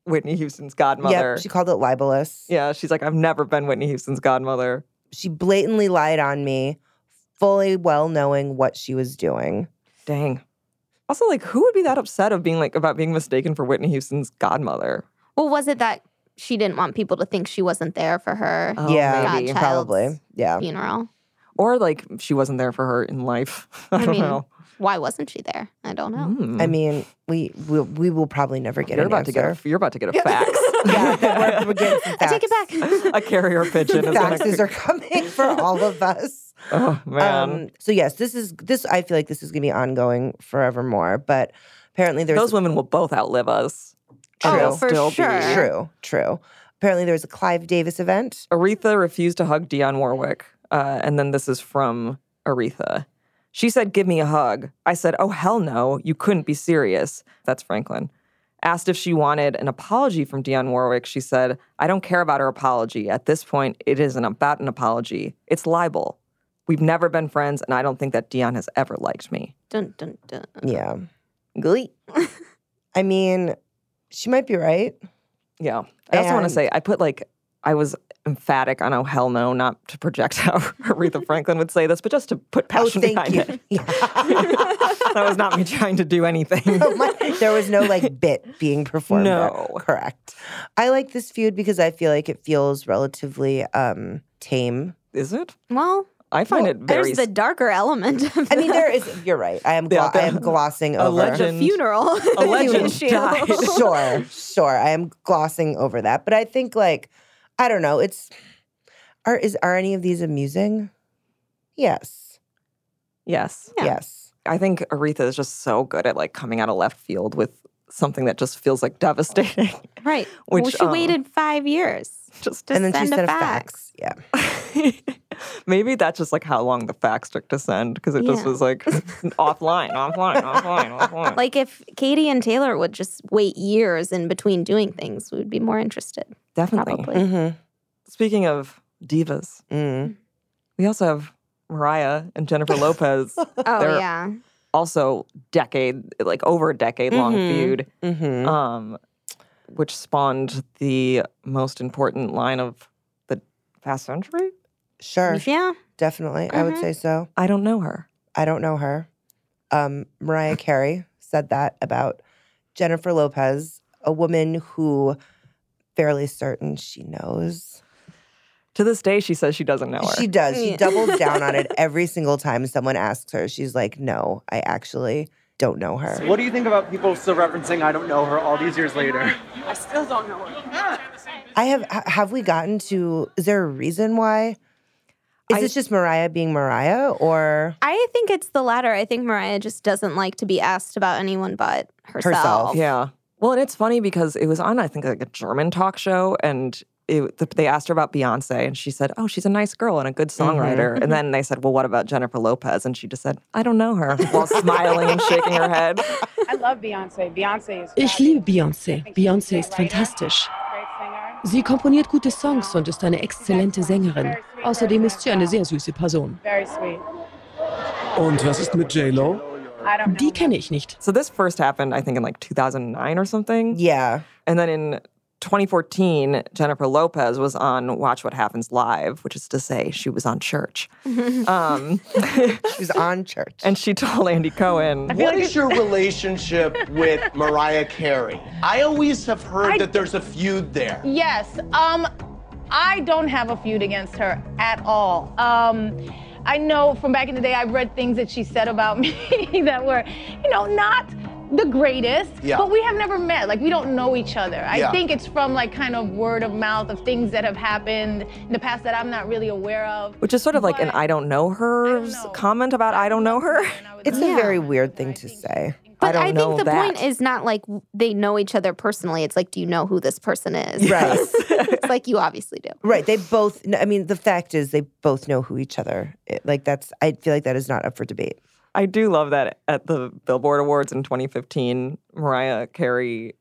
Speaker 1: Whitney Houston's godmother.
Speaker 2: yep, she called it libelous.
Speaker 1: yeah, she's like, I've never been Whitney Houston's godmother.
Speaker 2: She blatantly lied on me, fully well knowing what she was doing.
Speaker 1: Dang. Also, like, who would be that upset of being like about being mistaken for Whitney Houston's godmother?
Speaker 3: well, was it that she didn't want people to think she wasn't there for her
Speaker 1: Oh,
Speaker 2: yeah,
Speaker 1: maybe.
Speaker 3: Gotcha.
Speaker 2: probably.
Speaker 1: Oh.
Speaker 2: Yeah.
Speaker 3: funeral?
Speaker 1: Or like she wasn't there for her in life. I,
Speaker 3: I
Speaker 1: don't
Speaker 3: mean,
Speaker 1: know.
Speaker 3: Why wasn't she there? I don't know.
Speaker 1: Mm.
Speaker 2: I mean, we we'll, we will probably never get
Speaker 1: you're
Speaker 2: an
Speaker 1: about to
Speaker 2: answer.
Speaker 1: get a, you're about to get a fax.
Speaker 2: yeah, we're, we're getting some
Speaker 3: I
Speaker 2: facts.
Speaker 3: take it back.
Speaker 1: a carrier pigeon is gonna-
Speaker 2: Faxes are coming for all of us.
Speaker 1: Oh man.
Speaker 2: Um, so yes, this is this. I feel like this is going to be ongoing forevermore. But apparently, there's
Speaker 1: Those women will both outlive us.
Speaker 3: Oh,
Speaker 1: And they'll
Speaker 3: for
Speaker 1: still be-
Speaker 3: sure. women-
Speaker 2: true, true. Apparently, there was a Clive Davis event.
Speaker 1: Aretha refused to hug Dionne Warwick. Uh, and then this is from Aretha. She said, Give me a hug. I said, Oh, hell no. You couldn't be serious. That's Franklin. Asked if she wanted an apology from Dionne Warwick. She said, I don't care about her apology. At this point, it isn't about an apology, it's libel. We've never been friends, and I don't think that Dionne has ever liked me.
Speaker 3: dun, dun, dun.
Speaker 1: Mm-hmm.
Speaker 2: Yeah. Glee. I mean, she might be right. Oh,
Speaker 1: Yeah. I also want to
Speaker 2: And-
Speaker 1: say I put like I was emphatic on oh hell no, not to project how Aretha Franklin would say this, but just to put passion behind it. that was not me trying to do anything.
Speaker 2: Oh my- there was no like bit being performed. there.
Speaker 1: No.
Speaker 2: Correct. I like this feud because I feel like it feels relatively um tame.
Speaker 1: Is it?
Speaker 3: Well,
Speaker 1: I find it very
Speaker 3: there's the darker element. Of
Speaker 2: I mean, there is you're right. I am glo-
Speaker 1: Yeah,
Speaker 2: I am
Speaker 1: the-
Speaker 2: glossing
Speaker 1: a
Speaker 2: over
Speaker 1: legend.
Speaker 3: the funeral.
Speaker 1: A legend
Speaker 3: issue.
Speaker 1: died.
Speaker 2: sure, sure. I am glossing over that. But I think like I don't know, it's are is are any of these amusing? Yes.
Speaker 1: yes.
Speaker 3: Yeah.
Speaker 2: Yes.
Speaker 1: I think Aretha is just so good at like coming out of left field with something that just feels like devastating.
Speaker 3: Right.
Speaker 1: Which,
Speaker 3: well, she
Speaker 1: um,
Speaker 3: waited five years just to
Speaker 2: and then
Speaker 3: send
Speaker 2: she said
Speaker 3: a fax.
Speaker 2: Yeah.
Speaker 1: Maybe that's just like how long the fax took to send because it just
Speaker 3: Yeah.
Speaker 1: was like offline, offline, offline, offline.
Speaker 3: Like if Katie and Taylor would just wait years in between doing things, we would be more interested.
Speaker 1: Definitely.
Speaker 3: Probably.
Speaker 2: Mm-hmm.
Speaker 1: Speaking of divas,
Speaker 2: Mm.
Speaker 1: we also have Mariah and Jennifer Lopez.
Speaker 3: Oh
Speaker 1: They're-
Speaker 3: yeah.
Speaker 1: also decade, like over a decade long
Speaker 2: Mhm.
Speaker 1: feud,
Speaker 2: Mm-hmm.
Speaker 3: Oh,
Speaker 1: um, which spawned the most important line of the past century.
Speaker 2: Sure.
Speaker 3: Yeah.
Speaker 2: Definitely. I would
Speaker 3: Mhm.
Speaker 2: say so.
Speaker 1: I don't know her.
Speaker 2: I don't know her. Um, Mariah Carey said that about Jennifer Lopez, a woman who fairly certain she knows.
Speaker 1: To this day, she says she doesn't know her.
Speaker 2: She does. She
Speaker 3: Yeah.
Speaker 2: doubles down on it every single time someone asks her. She's like, no, I actually don't know her.
Speaker 11: What do you think about people still referencing I don't know her all these years later?
Speaker 2: I have ha- have we gotten to is there a reason why? Is
Speaker 1: I-
Speaker 2: this just Mariah being Mariah or
Speaker 3: I think it's the latter. I think Mariah just doesn't like to be asked about anyone but herself.
Speaker 2: Herself.
Speaker 1: yeah. Well, and it's funny because it was on, I think, like a German talk show, and it, th- they asked her about Beyonce, and she said, "Oh, she's a nice girl and a good songwriter." And then they said, "Well, what about Jennifer Lopez?" And she just said, "I don't know her," while smiling and shaking her head.
Speaker 9: I love Beyonce. Beyonce is
Speaker 12: Ich liebe Beyoncé. Beyoncé ist fantastisch. Sie komponiert gute Songs und ist eine exzellente Sängerin. Außerdem ist sie eine sehr süße Person.
Speaker 9: very sweet.
Speaker 11: Und was ist mit J-Lo?
Speaker 9: I don't
Speaker 12: Die kenne ich nicht.
Speaker 1: So this first happened, I think, in like 2009 or something.
Speaker 2: yeah.
Speaker 1: And then in 2014, Jennifer Lopez was on Watch What Happens Live, which is to say, she was on church. um,
Speaker 2: She's on church.
Speaker 1: and she told Andy Cohen,
Speaker 11: What is your relationship with Mariah Carey? I always have heard that there's a feud there.
Speaker 9: Yes. Um, I don't have a feud against her at all. Um, I know from back in the day, I've read things that she said about me that were, you know, not the greatest.
Speaker 11: Yeah.
Speaker 9: But we have never met. Like we don't know each other. I
Speaker 11: Yeah.
Speaker 9: think it's from like kind of word of mouth of things that have happened in the past that I'm not really aware of.
Speaker 1: which is sort of like an
Speaker 9: But-
Speaker 1: I don't know her
Speaker 9: I don't know.
Speaker 1: comment about I don't know her.
Speaker 9: And I was
Speaker 2: it's
Speaker 9: like,
Speaker 2: a very weird thing to say.
Speaker 3: But
Speaker 1: I don't
Speaker 3: think
Speaker 1: know
Speaker 3: the
Speaker 1: that.
Speaker 3: point is not like w- they know each other personally. It's like, do you know who this person is?
Speaker 2: Right.
Speaker 3: it's like you obviously do.
Speaker 2: Right. They both, kn- I mean, the fact is they both know who each other, it, like that's, I feel like that is not up for debate.
Speaker 1: I do love that at the Billboard Awards in 2015, Mariah Carey,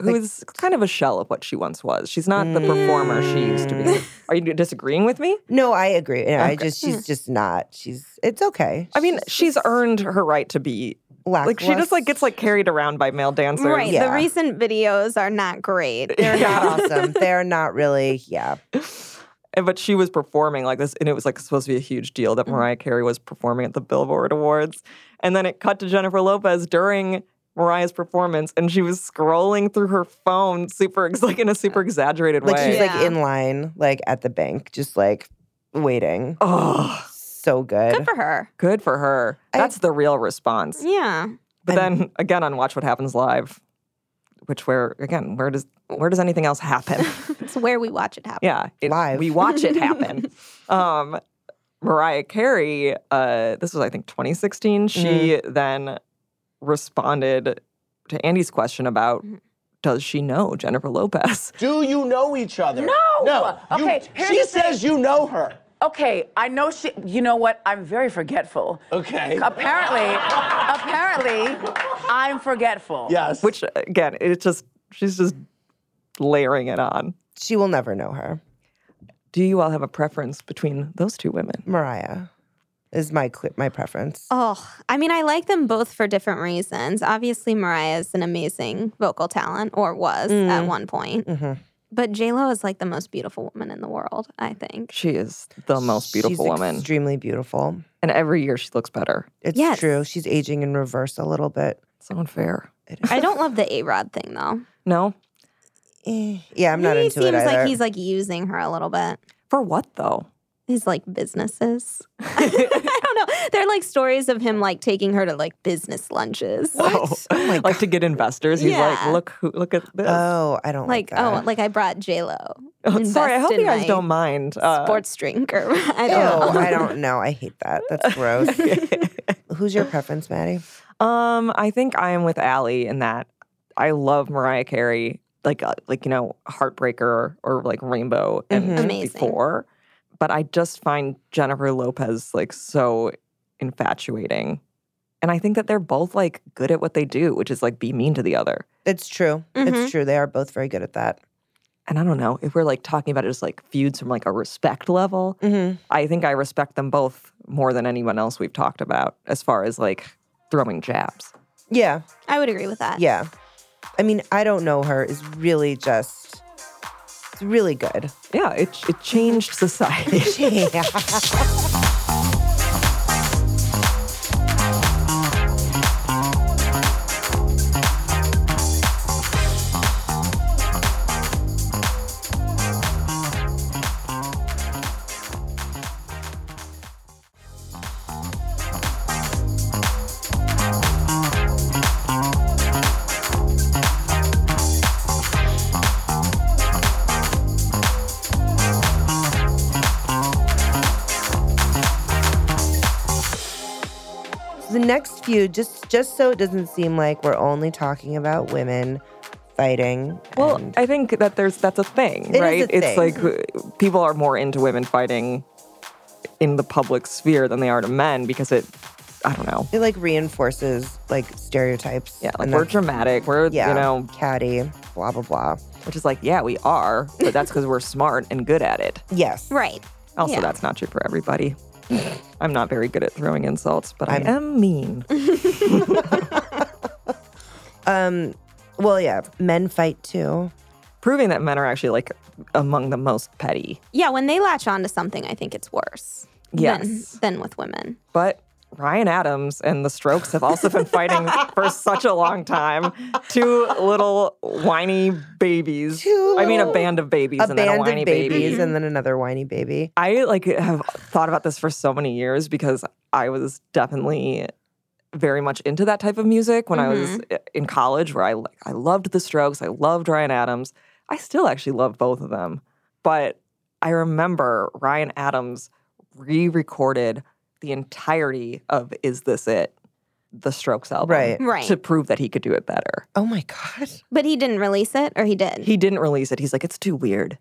Speaker 1: who
Speaker 2: Like-
Speaker 1: is kind of a shell of what she once was. She's not the performer she used to be. Are you disagreeing with me?
Speaker 2: No, I agree. And I
Speaker 1: Okay.
Speaker 2: just, she's just not, she's, it's okay.
Speaker 1: I mean, she's earned her right to be like she just like gets like carried around by male dancers.
Speaker 3: Right.
Speaker 2: Yeah.
Speaker 3: The recent videos are not great.
Speaker 2: They're not awesome. They're not really, yeah.
Speaker 1: And- but she was performing like this, and it was like supposed to be a huge deal
Speaker 2: Mm.
Speaker 1: that Mariah Carey was performing at the Billboard Awards. And then it cut to Jennifer Lopez during Mariah's performance, and she was scrolling through her phone, super ex- like in a super exaggerated
Speaker 2: Like
Speaker 1: way.
Speaker 2: she's like
Speaker 3: Yeah.
Speaker 2: in line, like at the bank, just like waiting.
Speaker 1: oh,
Speaker 2: So good.
Speaker 3: Good for her.
Speaker 1: good for her.
Speaker 2: I-
Speaker 1: That's the real response.
Speaker 3: Yeah.
Speaker 1: But
Speaker 2: I'm-
Speaker 1: then again, on Watch What Happens Live, which where again, where does where does anything else happen?
Speaker 3: It's where we watch it happen.
Speaker 1: Yeah, it-
Speaker 2: Live.
Speaker 1: We watch it happen. um, Mariah Carey, uh, this was I think 2016. She
Speaker 2: Mm-hmm.
Speaker 1: then responded to Andy's question about
Speaker 2: Mm-hmm.
Speaker 1: does she know Jennifer Lopez?
Speaker 11: Do you know each other? No. No. You-
Speaker 12: Okay, here's
Speaker 11: she
Speaker 12: the thing.
Speaker 11: says you know her.
Speaker 12: Okay, I know she. You know what? I'm very forgetful.
Speaker 11: Okay.
Speaker 12: Apparently, apparently, I'm forgetful.
Speaker 11: Yes.
Speaker 1: Which again, it's just she's just layering it on.
Speaker 2: She will never know her.
Speaker 1: Do you all have a preference between those two women?
Speaker 2: Mariah is my cl- my preference.
Speaker 3: Oh, I mean, I like them both for different
Speaker 1: Mm.
Speaker 3: reasons. Obviously, Mariah is an amazing vocal talent, or was at one point.
Speaker 2: Mhm.
Speaker 3: But J Lo is like the most beautiful woman in the world, I think.
Speaker 1: She is the most beautiful
Speaker 2: She's
Speaker 1: woman.
Speaker 2: Extremely beautiful.
Speaker 1: And every year she looks better.
Speaker 2: It's
Speaker 3: Yes.
Speaker 2: true. She's aging in reverse a little bit.
Speaker 1: It's unfair.
Speaker 3: I don't love the A Rod thing though.
Speaker 1: No?
Speaker 2: Eh, Yeah, I'm not
Speaker 3: He
Speaker 2: into
Speaker 3: seems
Speaker 2: it either.
Speaker 3: like he's like using her a little bit.
Speaker 1: For what though?
Speaker 3: His like businesses. I don't know. They're like stories of him like taking her to like business lunches.
Speaker 2: Oh
Speaker 1: What? like to get investors. He's
Speaker 3: Oh Yeah. Uh,
Speaker 1: like, look who look at this. Oh,
Speaker 2: oh, I don't like,
Speaker 3: Like,
Speaker 2: that.
Speaker 3: oh, like I brought J Lo.
Speaker 1: Sorry, I hope you guys don't mind. Uh,
Speaker 3: sports drink or I
Speaker 2: Ew,
Speaker 3: don't know.
Speaker 2: I don't know. I hate that. That's gross. Who's your preference, Maddie?
Speaker 1: Um, I think I am with Allie in that I love Mariah Carey, like uh, like you know, Heartbreaker or like Rainbow and
Speaker 2: Mhm.
Speaker 3: Mm-hmm. Amazing.
Speaker 1: before. But I just find Jennifer Lopez like so infatuating. And I think that they're both like good at what they do, which is like be mean to the other.
Speaker 2: It's true.
Speaker 3: Mhm.
Speaker 2: It's true. They are both very good at that.
Speaker 1: And I don't know if we're like talking about it as like feuds from like a respect level.
Speaker 2: Mm-hmm.
Speaker 1: I think I respect them both more than anyone else we've talked about as far as like throwing jabs.
Speaker 2: Yeah.
Speaker 3: I would agree with that.
Speaker 2: Yeah. I mean, I don't know her is really just it's really good.
Speaker 1: Yeah, it it changed society.
Speaker 2: Yeah. The next feud, just just so it doesn't seem like we're only talking about women fighting.
Speaker 1: Well,
Speaker 2: and-
Speaker 1: I think that there's that's a thing,
Speaker 2: It is
Speaker 1: right?
Speaker 2: a
Speaker 1: it's
Speaker 2: thing.
Speaker 1: like uh, people are more into women fighting in the public sphere than they are to men because it I don't know.
Speaker 2: it like reinforces like stereotypes.
Speaker 1: Yeah, like
Speaker 2: and
Speaker 1: we're
Speaker 2: that's-
Speaker 1: dramatic. We're
Speaker 2: yeah,
Speaker 1: you know,
Speaker 2: catty, blah blah blah.
Speaker 1: which is like, yeah, we are, but that's because we're smart and good at it.
Speaker 2: Yes.
Speaker 3: Right.
Speaker 1: Also,
Speaker 3: Yeah.
Speaker 1: that's not true for everybody. I'm not very good at throwing insults, but
Speaker 2: I'm-
Speaker 1: I am mean.
Speaker 2: Um well yeah, men fight too.
Speaker 1: Proving that men are actually like among the most petty.
Speaker 3: Yeah, when they latch on to something, I think it's worse.
Speaker 1: Yes.
Speaker 3: Than, than with women.
Speaker 1: But Ryan Adams and the Strokes have also been fighting for such a long time. Two little whiny babies.
Speaker 2: Two
Speaker 1: I mean, a
Speaker 2: little-
Speaker 1: band of babies
Speaker 2: A
Speaker 1: and then a
Speaker 2: band
Speaker 1: whiny
Speaker 2: of
Speaker 1: baby.
Speaker 2: babies and then another whiny baby.
Speaker 1: I like have thought about this for so many years because I was definitely very much into that type of music when I was in college, where I like I loved the Strokes, I loved Ryan Adams. I still actually love both of them, but I remember Ryan Adams re-recorded the entirety of "Is This It," the Strokes album,
Speaker 2: Right.
Speaker 3: Right.
Speaker 1: To prove that he could do it better.
Speaker 2: Oh my god.
Speaker 3: But he didn't release it, or he did.
Speaker 1: He didn't release it. He's like, it's too weird.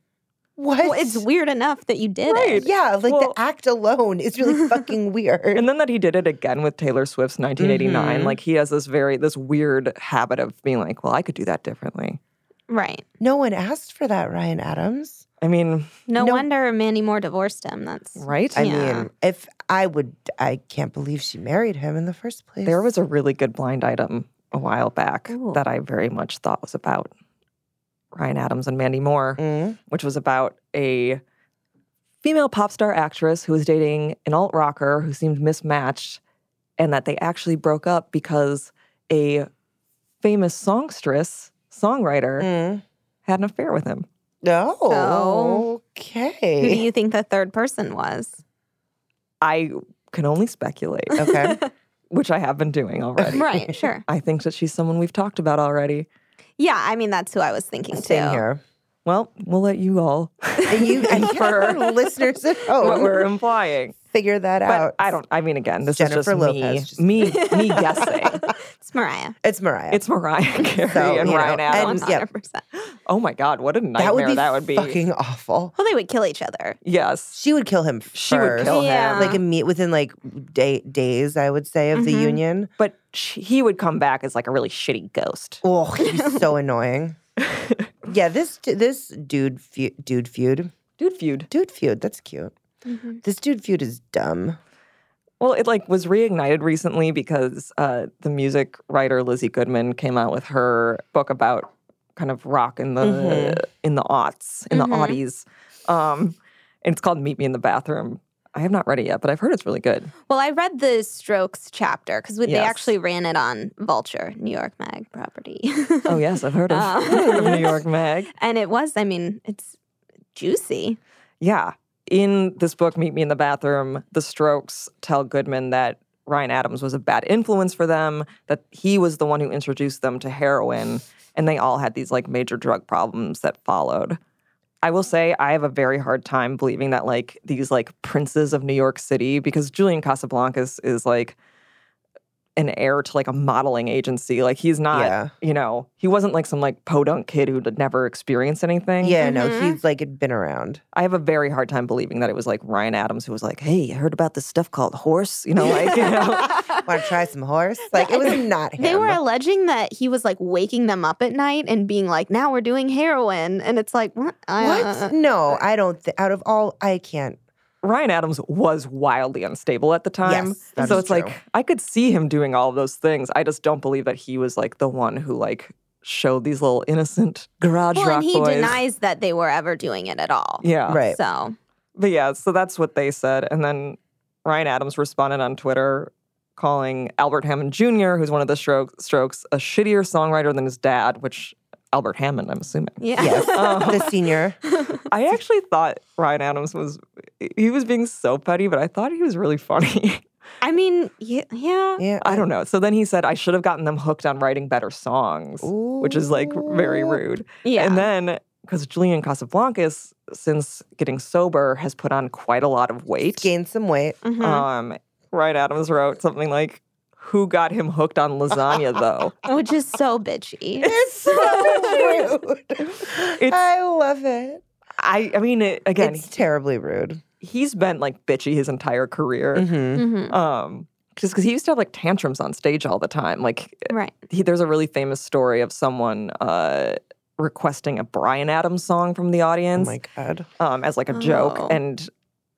Speaker 2: What?
Speaker 3: well, it's weird enough that you did
Speaker 1: Right.
Speaker 3: it.
Speaker 2: Yeah, like
Speaker 1: Well-
Speaker 2: the act alone is really fucking weird.
Speaker 1: And then that he did it again with Taylor Swift's 1989.
Speaker 2: Mhm.
Speaker 1: Like he has this very this weird habit of being like, "Well, I could do that differently."
Speaker 3: Right.
Speaker 2: no one asked for that, Ryan Adams.
Speaker 1: I mean,
Speaker 3: No,
Speaker 2: No.
Speaker 3: wonder Mandy Moore divorced him. That's
Speaker 1: right?
Speaker 2: I
Speaker 3: Yeah.
Speaker 2: mean, if I would, I can't believe she married him in the first place.
Speaker 1: There was a really good blind item a while back
Speaker 3: Ooh.
Speaker 1: that I very much thought was about Ryan Adams and Mandy Moore,
Speaker 2: Mm.
Speaker 1: which was about a female pop star actress who was dating an alt rocker who seemed mismatched and that they actually broke up because a famous songstress, songwriter
Speaker 2: Mm.
Speaker 1: had an affair with him.
Speaker 2: No.
Speaker 3: So- who do
Speaker 2: okay.
Speaker 3: you think the third person was?
Speaker 1: I can only speculate,
Speaker 2: okay.
Speaker 1: which I have been doing already.
Speaker 3: Right, sure.
Speaker 1: I think that she's someone we've talked about already.
Speaker 3: Yeah, I mean that's who I was thinking
Speaker 2: Same
Speaker 3: too.
Speaker 2: here.
Speaker 1: Well, we'll let you all
Speaker 2: And you and
Speaker 1: Infer.
Speaker 2: our listeners at
Speaker 1: what
Speaker 2: home
Speaker 1: we're implying.
Speaker 2: figure that out.
Speaker 1: But I don't. I mean, again, this is
Speaker 2: Jennifer
Speaker 1: just me,
Speaker 2: Lopez just-
Speaker 1: me, me guessing.
Speaker 3: It's Mariah.
Speaker 2: It's Mariah.
Speaker 1: It's Mariah Carey
Speaker 2: So,
Speaker 1: and
Speaker 2: you know,
Speaker 1: Ryan
Speaker 2: and-
Speaker 1: Adams.
Speaker 2: yep.
Speaker 3: 100%.
Speaker 1: Oh my God, what a nightmare
Speaker 2: that would be
Speaker 1: that would be.
Speaker 2: fucking awful.
Speaker 3: Well, they would kill each other.
Speaker 1: yes,
Speaker 2: She would kill him. First.
Speaker 1: she would kill
Speaker 3: Yeah.
Speaker 1: him,
Speaker 2: Like imme- within like day, days, I would say, of the
Speaker 1: Mm-hmm.
Speaker 3: Mhm.
Speaker 2: union.
Speaker 1: but she, he would come back as like a really shitty ghost.
Speaker 2: Oh, he's so annoying. Yeah, this this dude fe- dude feud
Speaker 1: Dude, feud.
Speaker 2: dude feud. That's cute. This dude feud is dumb.
Speaker 1: Well, it like was reignited recently because uh, the music writer Lizzie Goodman came out with her book about kind of rock in the
Speaker 2: Mhm.
Speaker 1: in the aughts, in the
Speaker 2: Mhm.
Speaker 1: oddies. Um, and it's called Meet Me in the Bathroom. I have not read it yet, but I've heard it's really good.
Speaker 3: Well, I read the Strokes chapter because they
Speaker 1: Yes.
Speaker 3: actually ran it on Vulture, New York Mag property.
Speaker 1: Oh yes, I've heard of,
Speaker 3: Oh.
Speaker 1: heard of New York Mag.
Speaker 3: and it was, I mean, it's juicy.
Speaker 1: Yeah. In this book, Meet Me in the Bathroom, the Strokes tell Goodman that Ryan Adams was a bad influence for them, that he was the one who introduced them to heroin, and they all had these like major drug problems that followed. I will say I have a very hard time believing that like these like princes of New York City, because Julian Casablancas is like an heir to like a modeling agency. Like he's not,
Speaker 2: Yeah.
Speaker 1: you know, he wasn't like some like podunk kid who had never experienced anything.
Speaker 2: Yeah, no,
Speaker 1: Mm-hmm.
Speaker 2: he's like had been around.
Speaker 1: I have a very hard time believing that it was like Ryan Adams who was like, "Hey, I heard about this stuff called horse." You know, like you know,
Speaker 2: Want to try some horse? Like it was not him.
Speaker 3: They were alleging that he was like waking them up at night and being like, now we're doing heroin. And it's like, what?
Speaker 2: What? No, I don't. Th- out of all, I can't.
Speaker 1: Ryan Adams was wildly unstable at the time,
Speaker 2: Yes, that
Speaker 1: so
Speaker 2: is
Speaker 1: it's
Speaker 2: true.
Speaker 1: like I could see him doing all of those things. I just don't believe that he was like the one who like showed these little innocent garage
Speaker 3: Well,
Speaker 1: rock
Speaker 3: and he
Speaker 1: boys.
Speaker 3: denies that they were ever doing it at all.
Speaker 1: Yeah. Right.
Speaker 3: So
Speaker 1: But yeah, so that's what they said. And then Ryan Adams responded on Twitter calling Albert Hammond Jr., who's one of the Stro- Strokes, a shittier songwriter than his dad, which Albert Hammond, I'm assuming.
Speaker 3: Yeah.
Speaker 2: Yes,
Speaker 1: Um,
Speaker 2: the senior.
Speaker 1: I actually thought Ryan Adams was, he was being so petty, but I thought he was really funny.
Speaker 3: I mean, yeah, yeah.
Speaker 2: Yeah,
Speaker 1: I don't know. So then he said, I should have gotten them hooked on writing better songs, which is like very rude.
Speaker 3: Yeah.
Speaker 1: And then, because Julian Casablancas, since getting sober, has put on quite a lot of weight.
Speaker 2: gained some weight.
Speaker 3: Mm-hmm.
Speaker 1: Um, Ryan Adams wrote something like, Who got him hooked on lasagna, though?
Speaker 3: which is so bitchy.
Speaker 2: It's so rude.
Speaker 1: It's-
Speaker 2: I love it.
Speaker 1: I, I mean, it, again,
Speaker 2: It's terribly rude. Mm-hmm. Oh
Speaker 1: he's been like bitchy his entire career.
Speaker 3: Mm-hmm.
Speaker 1: Um, just because he used to have like tantrums on stage all the time. Like,
Speaker 3: Right.
Speaker 1: he, there's a really famous story of someone uh, requesting a Brian Adams song from the
Speaker 2: Oh
Speaker 1: audience
Speaker 2: my god.
Speaker 1: um, as like a joke,
Speaker 3: Oh.
Speaker 1: and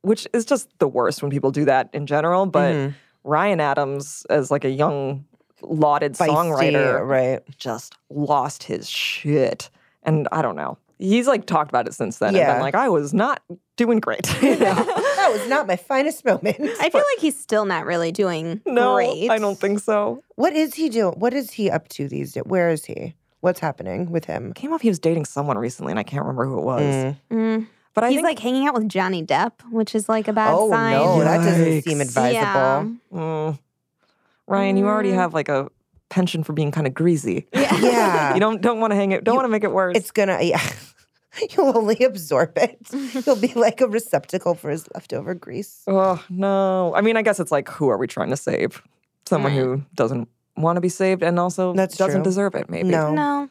Speaker 1: which is just the worst when people do that in general. But
Speaker 2: Mhm.
Speaker 1: Ryan Adams, as like a young lauded
Speaker 2: Feisty, uh,
Speaker 1: songwriter,
Speaker 2: right?
Speaker 1: just lost his shit. And I don't know. He's like talked about it since then and
Speaker 2: Yeah.
Speaker 1: been like, I was not doing great. you know?
Speaker 2: That was not my finest moment.
Speaker 3: I feel like he's still not really doing
Speaker 1: no,
Speaker 3: great.
Speaker 1: I don't think so.
Speaker 2: What is he doing? What is he up to these days? Where is he? What's happening with him?
Speaker 1: Came off he was dating someone recently and I can't remember who it was.
Speaker 2: Mm.
Speaker 3: Mm.
Speaker 1: But I
Speaker 3: He's
Speaker 1: think
Speaker 3: like hanging out with Johnny Depp, which is like a bad
Speaker 2: Oh
Speaker 3: sign.
Speaker 2: no, that doesn't seem
Speaker 1: Yikes.
Speaker 2: advisable.
Speaker 3: Yeah.
Speaker 1: Mm. Ryan, you
Speaker 2: Mm.
Speaker 1: already have like a pension for being kind of greasy.
Speaker 2: Yeah.
Speaker 1: you don't don't want to hang it. Don't want to make it worse.
Speaker 2: It's gonna yeah. You'll only absorb it. You'll be like a receptacle for his leftover grease.
Speaker 1: oh no. I mean, I guess it's like who are we trying to save? Someone who doesn't want to be saved and also
Speaker 2: That's
Speaker 1: doesn't
Speaker 2: true.
Speaker 1: deserve it. Maybe.
Speaker 2: No.
Speaker 3: No.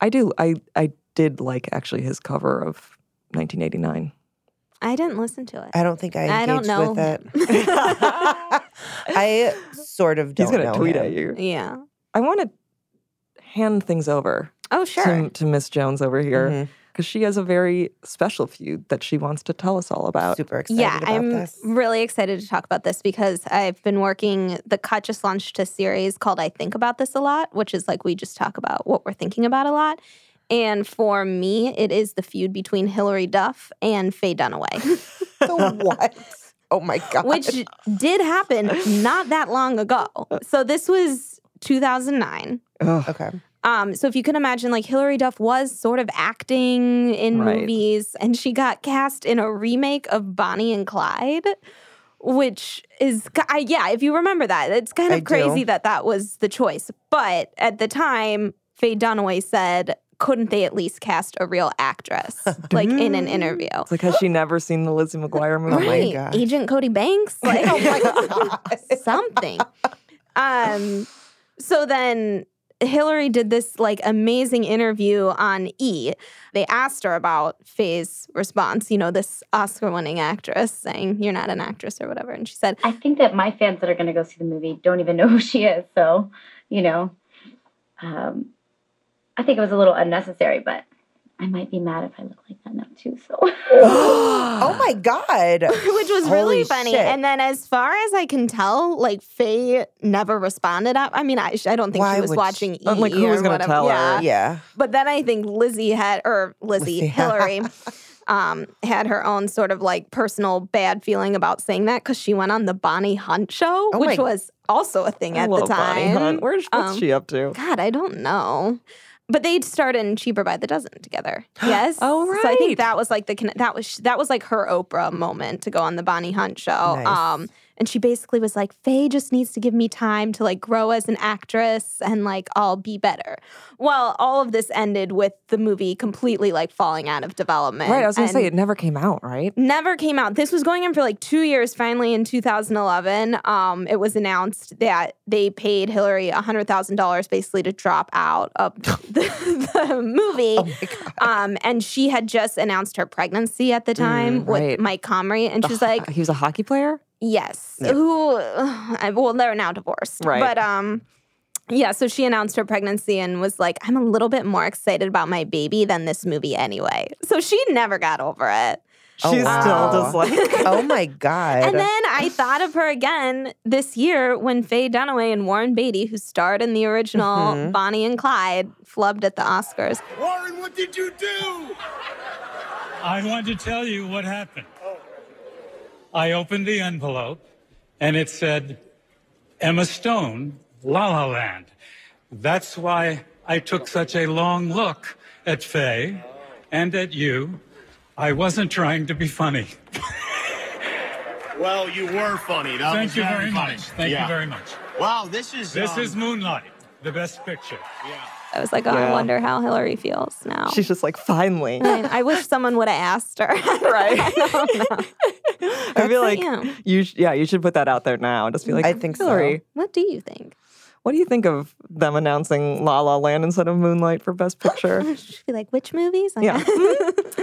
Speaker 1: I do. I I did like actually his cover of 1989.
Speaker 3: I didn't listen to it.
Speaker 2: I don't think I engaged
Speaker 3: I don't know.
Speaker 2: with it. I sort of don't
Speaker 1: He's gonna
Speaker 2: know
Speaker 1: tweet
Speaker 2: him.
Speaker 1: at you.
Speaker 3: yeah.
Speaker 1: I want to hand things over
Speaker 3: Oh, sure.
Speaker 1: to, to Miss Jones over here
Speaker 2: Mm-hmm.
Speaker 1: because she has a very special feud that she wants to tell us all about.
Speaker 2: Super excited
Speaker 3: Yeah,
Speaker 2: about
Speaker 3: I'm
Speaker 2: this.
Speaker 3: really excited to talk about this because I've been working. The Cut just launched a series called "I Think About This a Lot," which is like we just talk about what we're thinking about a lot. And for me, it is the feud between Hillary Duff and Faye Dunaway,
Speaker 2: the what? Oh my god.
Speaker 3: which did happen not that long ago. So this was 2009.
Speaker 1: Ugh.
Speaker 2: Okay.
Speaker 3: Um, so if you can imagine, like Hilary Duff was sort of acting in
Speaker 1: Right.
Speaker 3: movies, and she got cast in a remake of Bonnie and Clyde, which is, ki- I, yeah, if you remember that, it's kind
Speaker 2: I
Speaker 3: of crazy
Speaker 2: do.
Speaker 3: that that was the choice. But at the time, Faye Dunaway said, "Couldn't they at least cast a real actress?" like in
Speaker 2: Mm.
Speaker 3: an interview.
Speaker 1: It's like has she never seen the Lizzie McGuire movie?
Speaker 3: Right,
Speaker 2: Oh gosh.
Speaker 3: Agent Cody Banks, like oh something. Um, so then Hillary did this like amazing interview on E. They asked her about Faye's response. You know, this Oscar-winning actress saying, "You're not an actress" or whatever, and she said,
Speaker 13: I think that my fans that are going to go see the movie don't even know who she is. So, you know, um, I think it was a little unnecessary, but I might be mad if I look like that now too. So
Speaker 2: oh my god,
Speaker 3: which was really funny. And then, as far as I can tell, like Faye never responded. I, I mean, I, I don't think
Speaker 2: Why
Speaker 3: she was
Speaker 2: would
Speaker 3: watching.
Speaker 2: she- I'm like, who
Speaker 3: E! or
Speaker 2: was gonna
Speaker 3: whatever.
Speaker 2: tell her?
Speaker 3: Yeah.
Speaker 2: Yeah.
Speaker 3: But then I think Lizzie had or Lizzie
Speaker 2: Lizzie.
Speaker 3: Hillary. Um, had her own sort of like personal bad feeling about saying that because she went on the Bonnie Hunt show,
Speaker 1: Oh
Speaker 3: which
Speaker 1: my-
Speaker 3: was also a thing
Speaker 1: I
Speaker 3: at
Speaker 1: love
Speaker 3: the
Speaker 1: Bonnie
Speaker 3: time.
Speaker 1: Hunt. Where's what's
Speaker 3: Um,
Speaker 1: she up to?
Speaker 3: God, I don't know. But they started in Cheaper by the Dozen together. Yes. oh right. So I think that was like the conne- that was that was like her Oprah moment to go on the Bonnie Hunt show.
Speaker 2: Nice.
Speaker 3: Um, and she basically was like, Faye just needs to give me time to like grow as an actress and like I'll be better. Well, all of this ended with the movie completely like falling out of development.
Speaker 1: Right, I was gonna say
Speaker 3: And-
Speaker 1: it never came out, right?
Speaker 3: Never came out. This was going on for like two years. Finally, in 2011, um, it was announced that they paid Hillary $100,000 basically to drop out of the, the movie.
Speaker 1: Oh
Speaker 3: um, and she had just announced her pregnancy at the time
Speaker 1: Mm,
Speaker 3: with
Speaker 1: right.
Speaker 3: Mike Comrie. And
Speaker 1: The
Speaker 3: she's
Speaker 1: ho-
Speaker 3: like,
Speaker 1: he was a hockey player.
Speaker 3: Yes.
Speaker 1: Yeah.
Speaker 3: Who? I- Well, they're now divorced.
Speaker 1: Right.
Speaker 3: But um, yeah. So she announced her pregnancy and was like, "I'm a little bit more excited about my baby than this movie, anyway." So she never got over it.
Speaker 1: She's still just like,
Speaker 2: oh my god.
Speaker 3: And then I thought of her again this year when Faye Dunaway and Warren Beatty, who starred in the original
Speaker 2: Mhm.
Speaker 3: Bonnie and Clyde, flubbed at the Oscars.
Speaker 14: Warren, what did you do? I want to tell you what happened. I opened the envelope and it said Emma Stone, La La Land. That's why I took such a long look at Faye and at you. I wasn't trying to be funny.
Speaker 15: Well, you were funny. That
Speaker 14: Thank
Speaker 15: was
Speaker 14: you
Speaker 15: very,
Speaker 14: very
Speaker 15: funny.
Speaker 14: much. Thank you
Speaker 15: Yeah.
Speaker 14: very much.
Speaker 15: Wow, this is
Speaker 14: This
Speaker 15: um,
Speaker 14: is Moonlight, the best picture. Yeah.
Speaker 3: I was like, oh, I
Speaker 1: Yeah.
Speaker 3: wonder how Hillary feels now.
Speaker 1: she's just like, finally.
Speaker 3: I, I wish someone would have asked her. right.
Speaker 1: I feel like
Speaker 3: yeah.
Speaker 1: you, sh- yeah, you should put that out there now. Just
Speaker 3: Mm,
Speaker 1: be like,
Speaker 2: I think so.
Speaker 1: Hillary,
Speaker 3: What do you think?
Speaker 1: what do you think of them announcing La La Land instead of Moonlight for Best Picture?
Speaker 3: She'd be like, which movies? Like,
Speaker 1: yeah,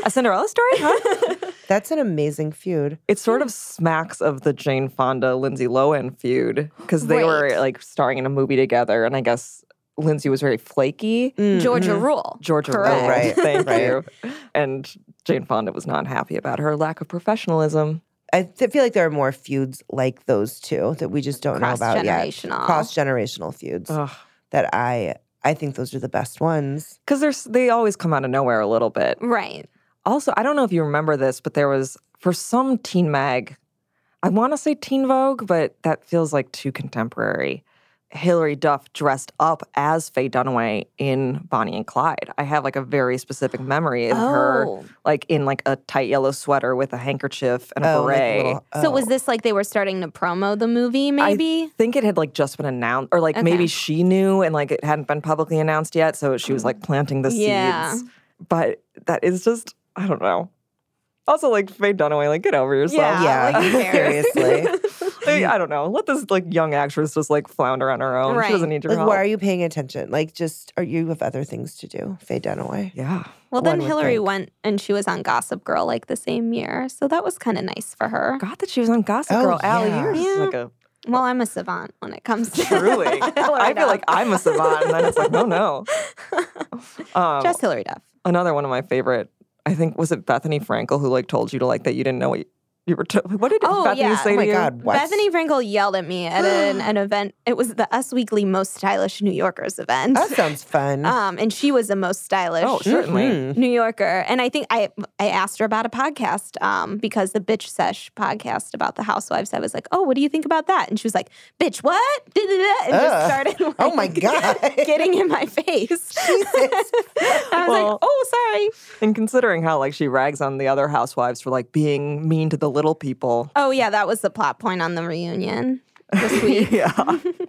Speaker 1: a Cinderella story, huh?
Speaker 2: That's an amazing feud.
Speaker 1: It sort of smacks of the Jane Fonda Lindsay Lohan feud because they were like starring in a movie together, and I guess Lindsay was very flaky.
Speaker 3: Georgia Rule.
Speaker 1: Georgia
Speaker 3: Correct.
Speaker 1: Rule, right? Thank
Speaker 2: Right.
Speaker 1: you. And Jane Fonda was not happy about her lack of professionalism.
Speaker 2: I th- feel like there are more feuds like those two that we just don't know about yet.
Speaker 3: Cross-generational.
Speaker 2: Cross generational feuds
Speaker 1: Ugh.
Speaker 2: that I I think those are the best ones.
Speaker 1: Because there's they always come out of nowhere a little bit.
Speaker 3: Right.
Speaker 1: Also, I don't know if you remember this, but there was for some teen mag, I want to say Teen Vogue, but that feels like too contemporary. Hilary Duff dressed up as Faye Dunaway in Bonnie and Clyde. I have like a very specific memory of
Speaker 3: Oh.
Speaker 1: her, like in like a tight yellow sweater with a handkerchief and a
Speaker 2: Oh, like a
Speaker 1: beret.
Speaker 2: little-
Speaker 3: So was this like they were starting to promo the movie? Maybe.
Speaker 1: I think it had like just been announced, or like
Speaker 3: Okay.
Speaker 1: maybe she knew and like it hadn't been publicly announced yet. So she was like planting the
Speaker 3: Mm. Yeah.
Speaker 1: seeds. But that is just, I don't know. Also, like Faye Dunaway, like get over yourself.
Speaker 2: Yeah,
Speaker 3: like, who cares?
Speaker 2: seriously.
Speaker 1: Like, I don't know. Let this like young actress just like flounder on her own. She doesn't need your
Speaker 2: like,
Speaker 1: help.
Speaker 2: why are you paying attention? Like, just are you have other things to do? Faye Dunaway.
Speaker 1: Yeah.
Speaker 3: well, then
Speaker 2: One would
Speaker 3: Hillary
Speaker 2: think.
Speaker 3: went and she was on Gossip Girl like the same year. So that was kind of nice for her.
Speaker 1: God, that she was on Gossip
Speaker 2: Oh,
Speaker 1: Girl. Allie,
Speaker 2: yeah.
Speaker 1: you're just like a
Speaker 3: Well, I'm a savant when it comes to
Speaker 1: truly. I feel like I'm a savant, and then it's like, no, no. Um,
Speaker 3: just Hillary Duff.
Speaker 1: another one of my favorite. I think was it Bethany Frankel who like told you to like that you didn't know what you, you were. To- what did
Speaker 3: Oh,
Speaker 1: Bethany
Speaker 3: yeah.
Speaker 1: say
Speaker 2: Oh my
Speaker 1: to you?
Speaker 2: God, what?
Speaker 3: Bethany Frankel yelled at me at an, an event. It was the Us Weekly Most Stylish New Yorkers event.
Speaker 2: That sounds fun.
Speaker 3: Um, and she was the most stylish
Speaker 1: Oh, certainly. Mhm.
Speaker 3: New Yorker. And I think I I asked her about a podcast um, because the Bitch Sesh podcast about the housewives, I was like, oh, what do you think about that? And she was like, bitch, what? Da-da-da, And
Speaker 2: Ugh.
Speaker 3: just started like,
Speaker 2: oh my god.
Speaker 3: getting in my face. I was like,
Speaker 1: Well-
Speaker 3: oh, sorry.
Speaker 1: And considering how like she rags on the other housewives for like being mean to the little people.
Speaker 3: Oh, yeah, that was the plot point on the reunion this week.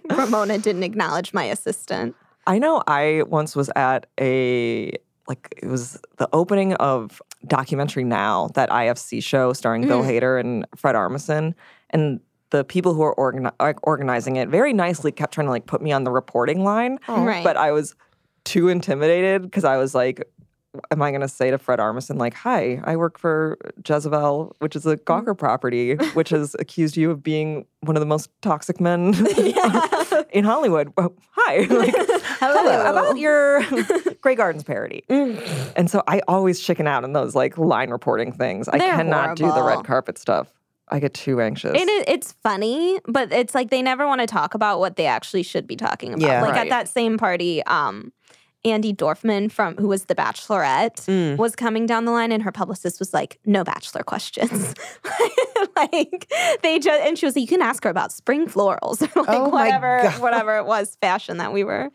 Speaker 3: Ramona didn't acknowledge my assistant.
Speaker 1: I know I once was at a like it was the opening of documentary now that IFC show starring
Speaker 3: Mm.
Speaker 1: Bill Hader and Fred Armisen and the people who are organi- like, organizing it very nicely kept trying to like put me on the reporting line
Speaker 3: Oh. Right.
Speaker 1: but I was too intimidated because I was like am I going to say to Fred Armisen like hi I work for Jezebel which is a
Speaker 3: Mm.
Speaker 1: Gawker property which has accused you of being one of the most toxic men in Hollywood. Well, Oh, hi. Like, Hello. About your Grey Gardens parody.
Speaker 3: Mm.
Speaker 1: and so I always chicken out in those like line reporting things. I
Speaker 3: They're
Speaker 1: cannot do the
Speaker 3: horrible.
Speaker 1: red carpet stuff. I get too anxious.
Speaker 3: And it, it's funny, but it's like they never want to talk about what they actually should be talking about.
Speaker 1: Yeah.
Speaker 3: like
Speaker 1: Right.
Speaker 3: at that same party, um, Andy Dorfman from who was the Bachelorette
Speaker 1: Mm.
Speaker 3: was coming down the line, and her publicist was like, "No bachelor questions." like they just and she was like, "You can ask her about spring florals or like
Speaker 1: Oh
Speaker 3: whatever whatever it was fashion that we were,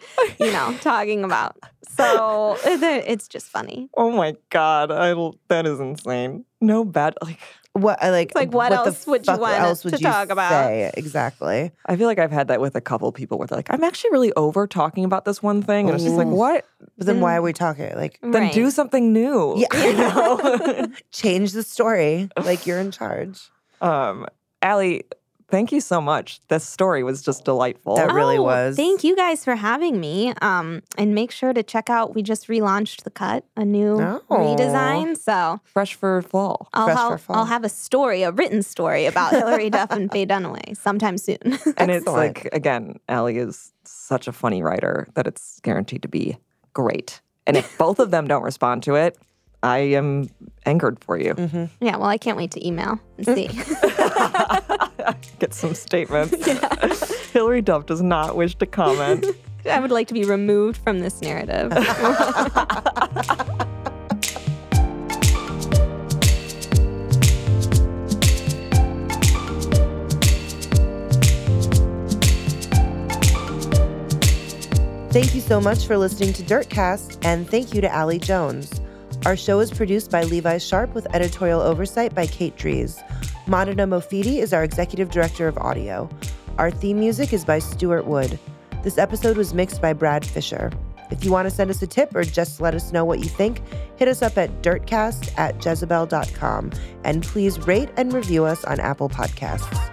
Speaker 3: you know, talking about." So it- it's just funny.
Speaker 1: oh my god, I l- that is insane. No bad like
Speaker 2: what I like
Speaker 3: It's like, what,
Speaker 2: the
Speaker 3: else would you
Speaker 2: fuck
Speaker 3: want
Speaker 2: else
Speaker 3: us
Speaker 2: would
Speaker 3: to
Speaker 2: you
Speaker 3: talk about?
Speaker 2: say? Exactly.
Speaker 1: I feel like I've had that with a couple people where they're like, I'm actually really over talking about this one thing. And it's just like,
Speaker 2: Ooh.
Speaker 1: what?
Speaker 2: But then
Speaker 3: Mm.
Speaker 2: why are we talking? Like
Speaker 1: Then do something new.
Speaker 2: Yeah. Change the story. Like you're in charge.
Speaker 1: Um, Allie, thank you so much. This story was just delightful.
Speaker 2: That really
Speaker 3: Oh,
Speaker 2: was.
Speaker 3: Thank you guys for having me. Um, and make sure to check out. We just relaunched the cut, a new
Speaker 1: Oh.
Speaker 3: redesign. So
Speaker 1: fresh for fall.
Speaker 3: I'll
Speaker 1: fresh
Speaker 3: have, I'll have a story, a written story about Hillary Duff and Faye Dunaway sometime soon.
Speaker 1: and it's like again, Allie is such a funny writer that it's guaranteed to be great. And if both of them don't respond to it, I am angered for you.
Speaker 3: yeah. Well, I can't wait to email and see.
Speaker 1: Get some statements. Hillary Duff does not wish to comment.
Speaker 3: I would like to be removed from this narrative.
Speaker 2: Thank you so much for listening to Dirtcast, and thank you to Allie Jones. Our show is produced by Levi Sharp with editorial oversight by Kate Dries. Madina Mofidi is our executive director of audio. Our theme music is by Stuart Wood. This episode was mixed by Brad Fisher. If you want to send us a tip or just let us know what you think, hit us up at dirtcast at jezebel.com and please rate and review us on Apple Podcasts.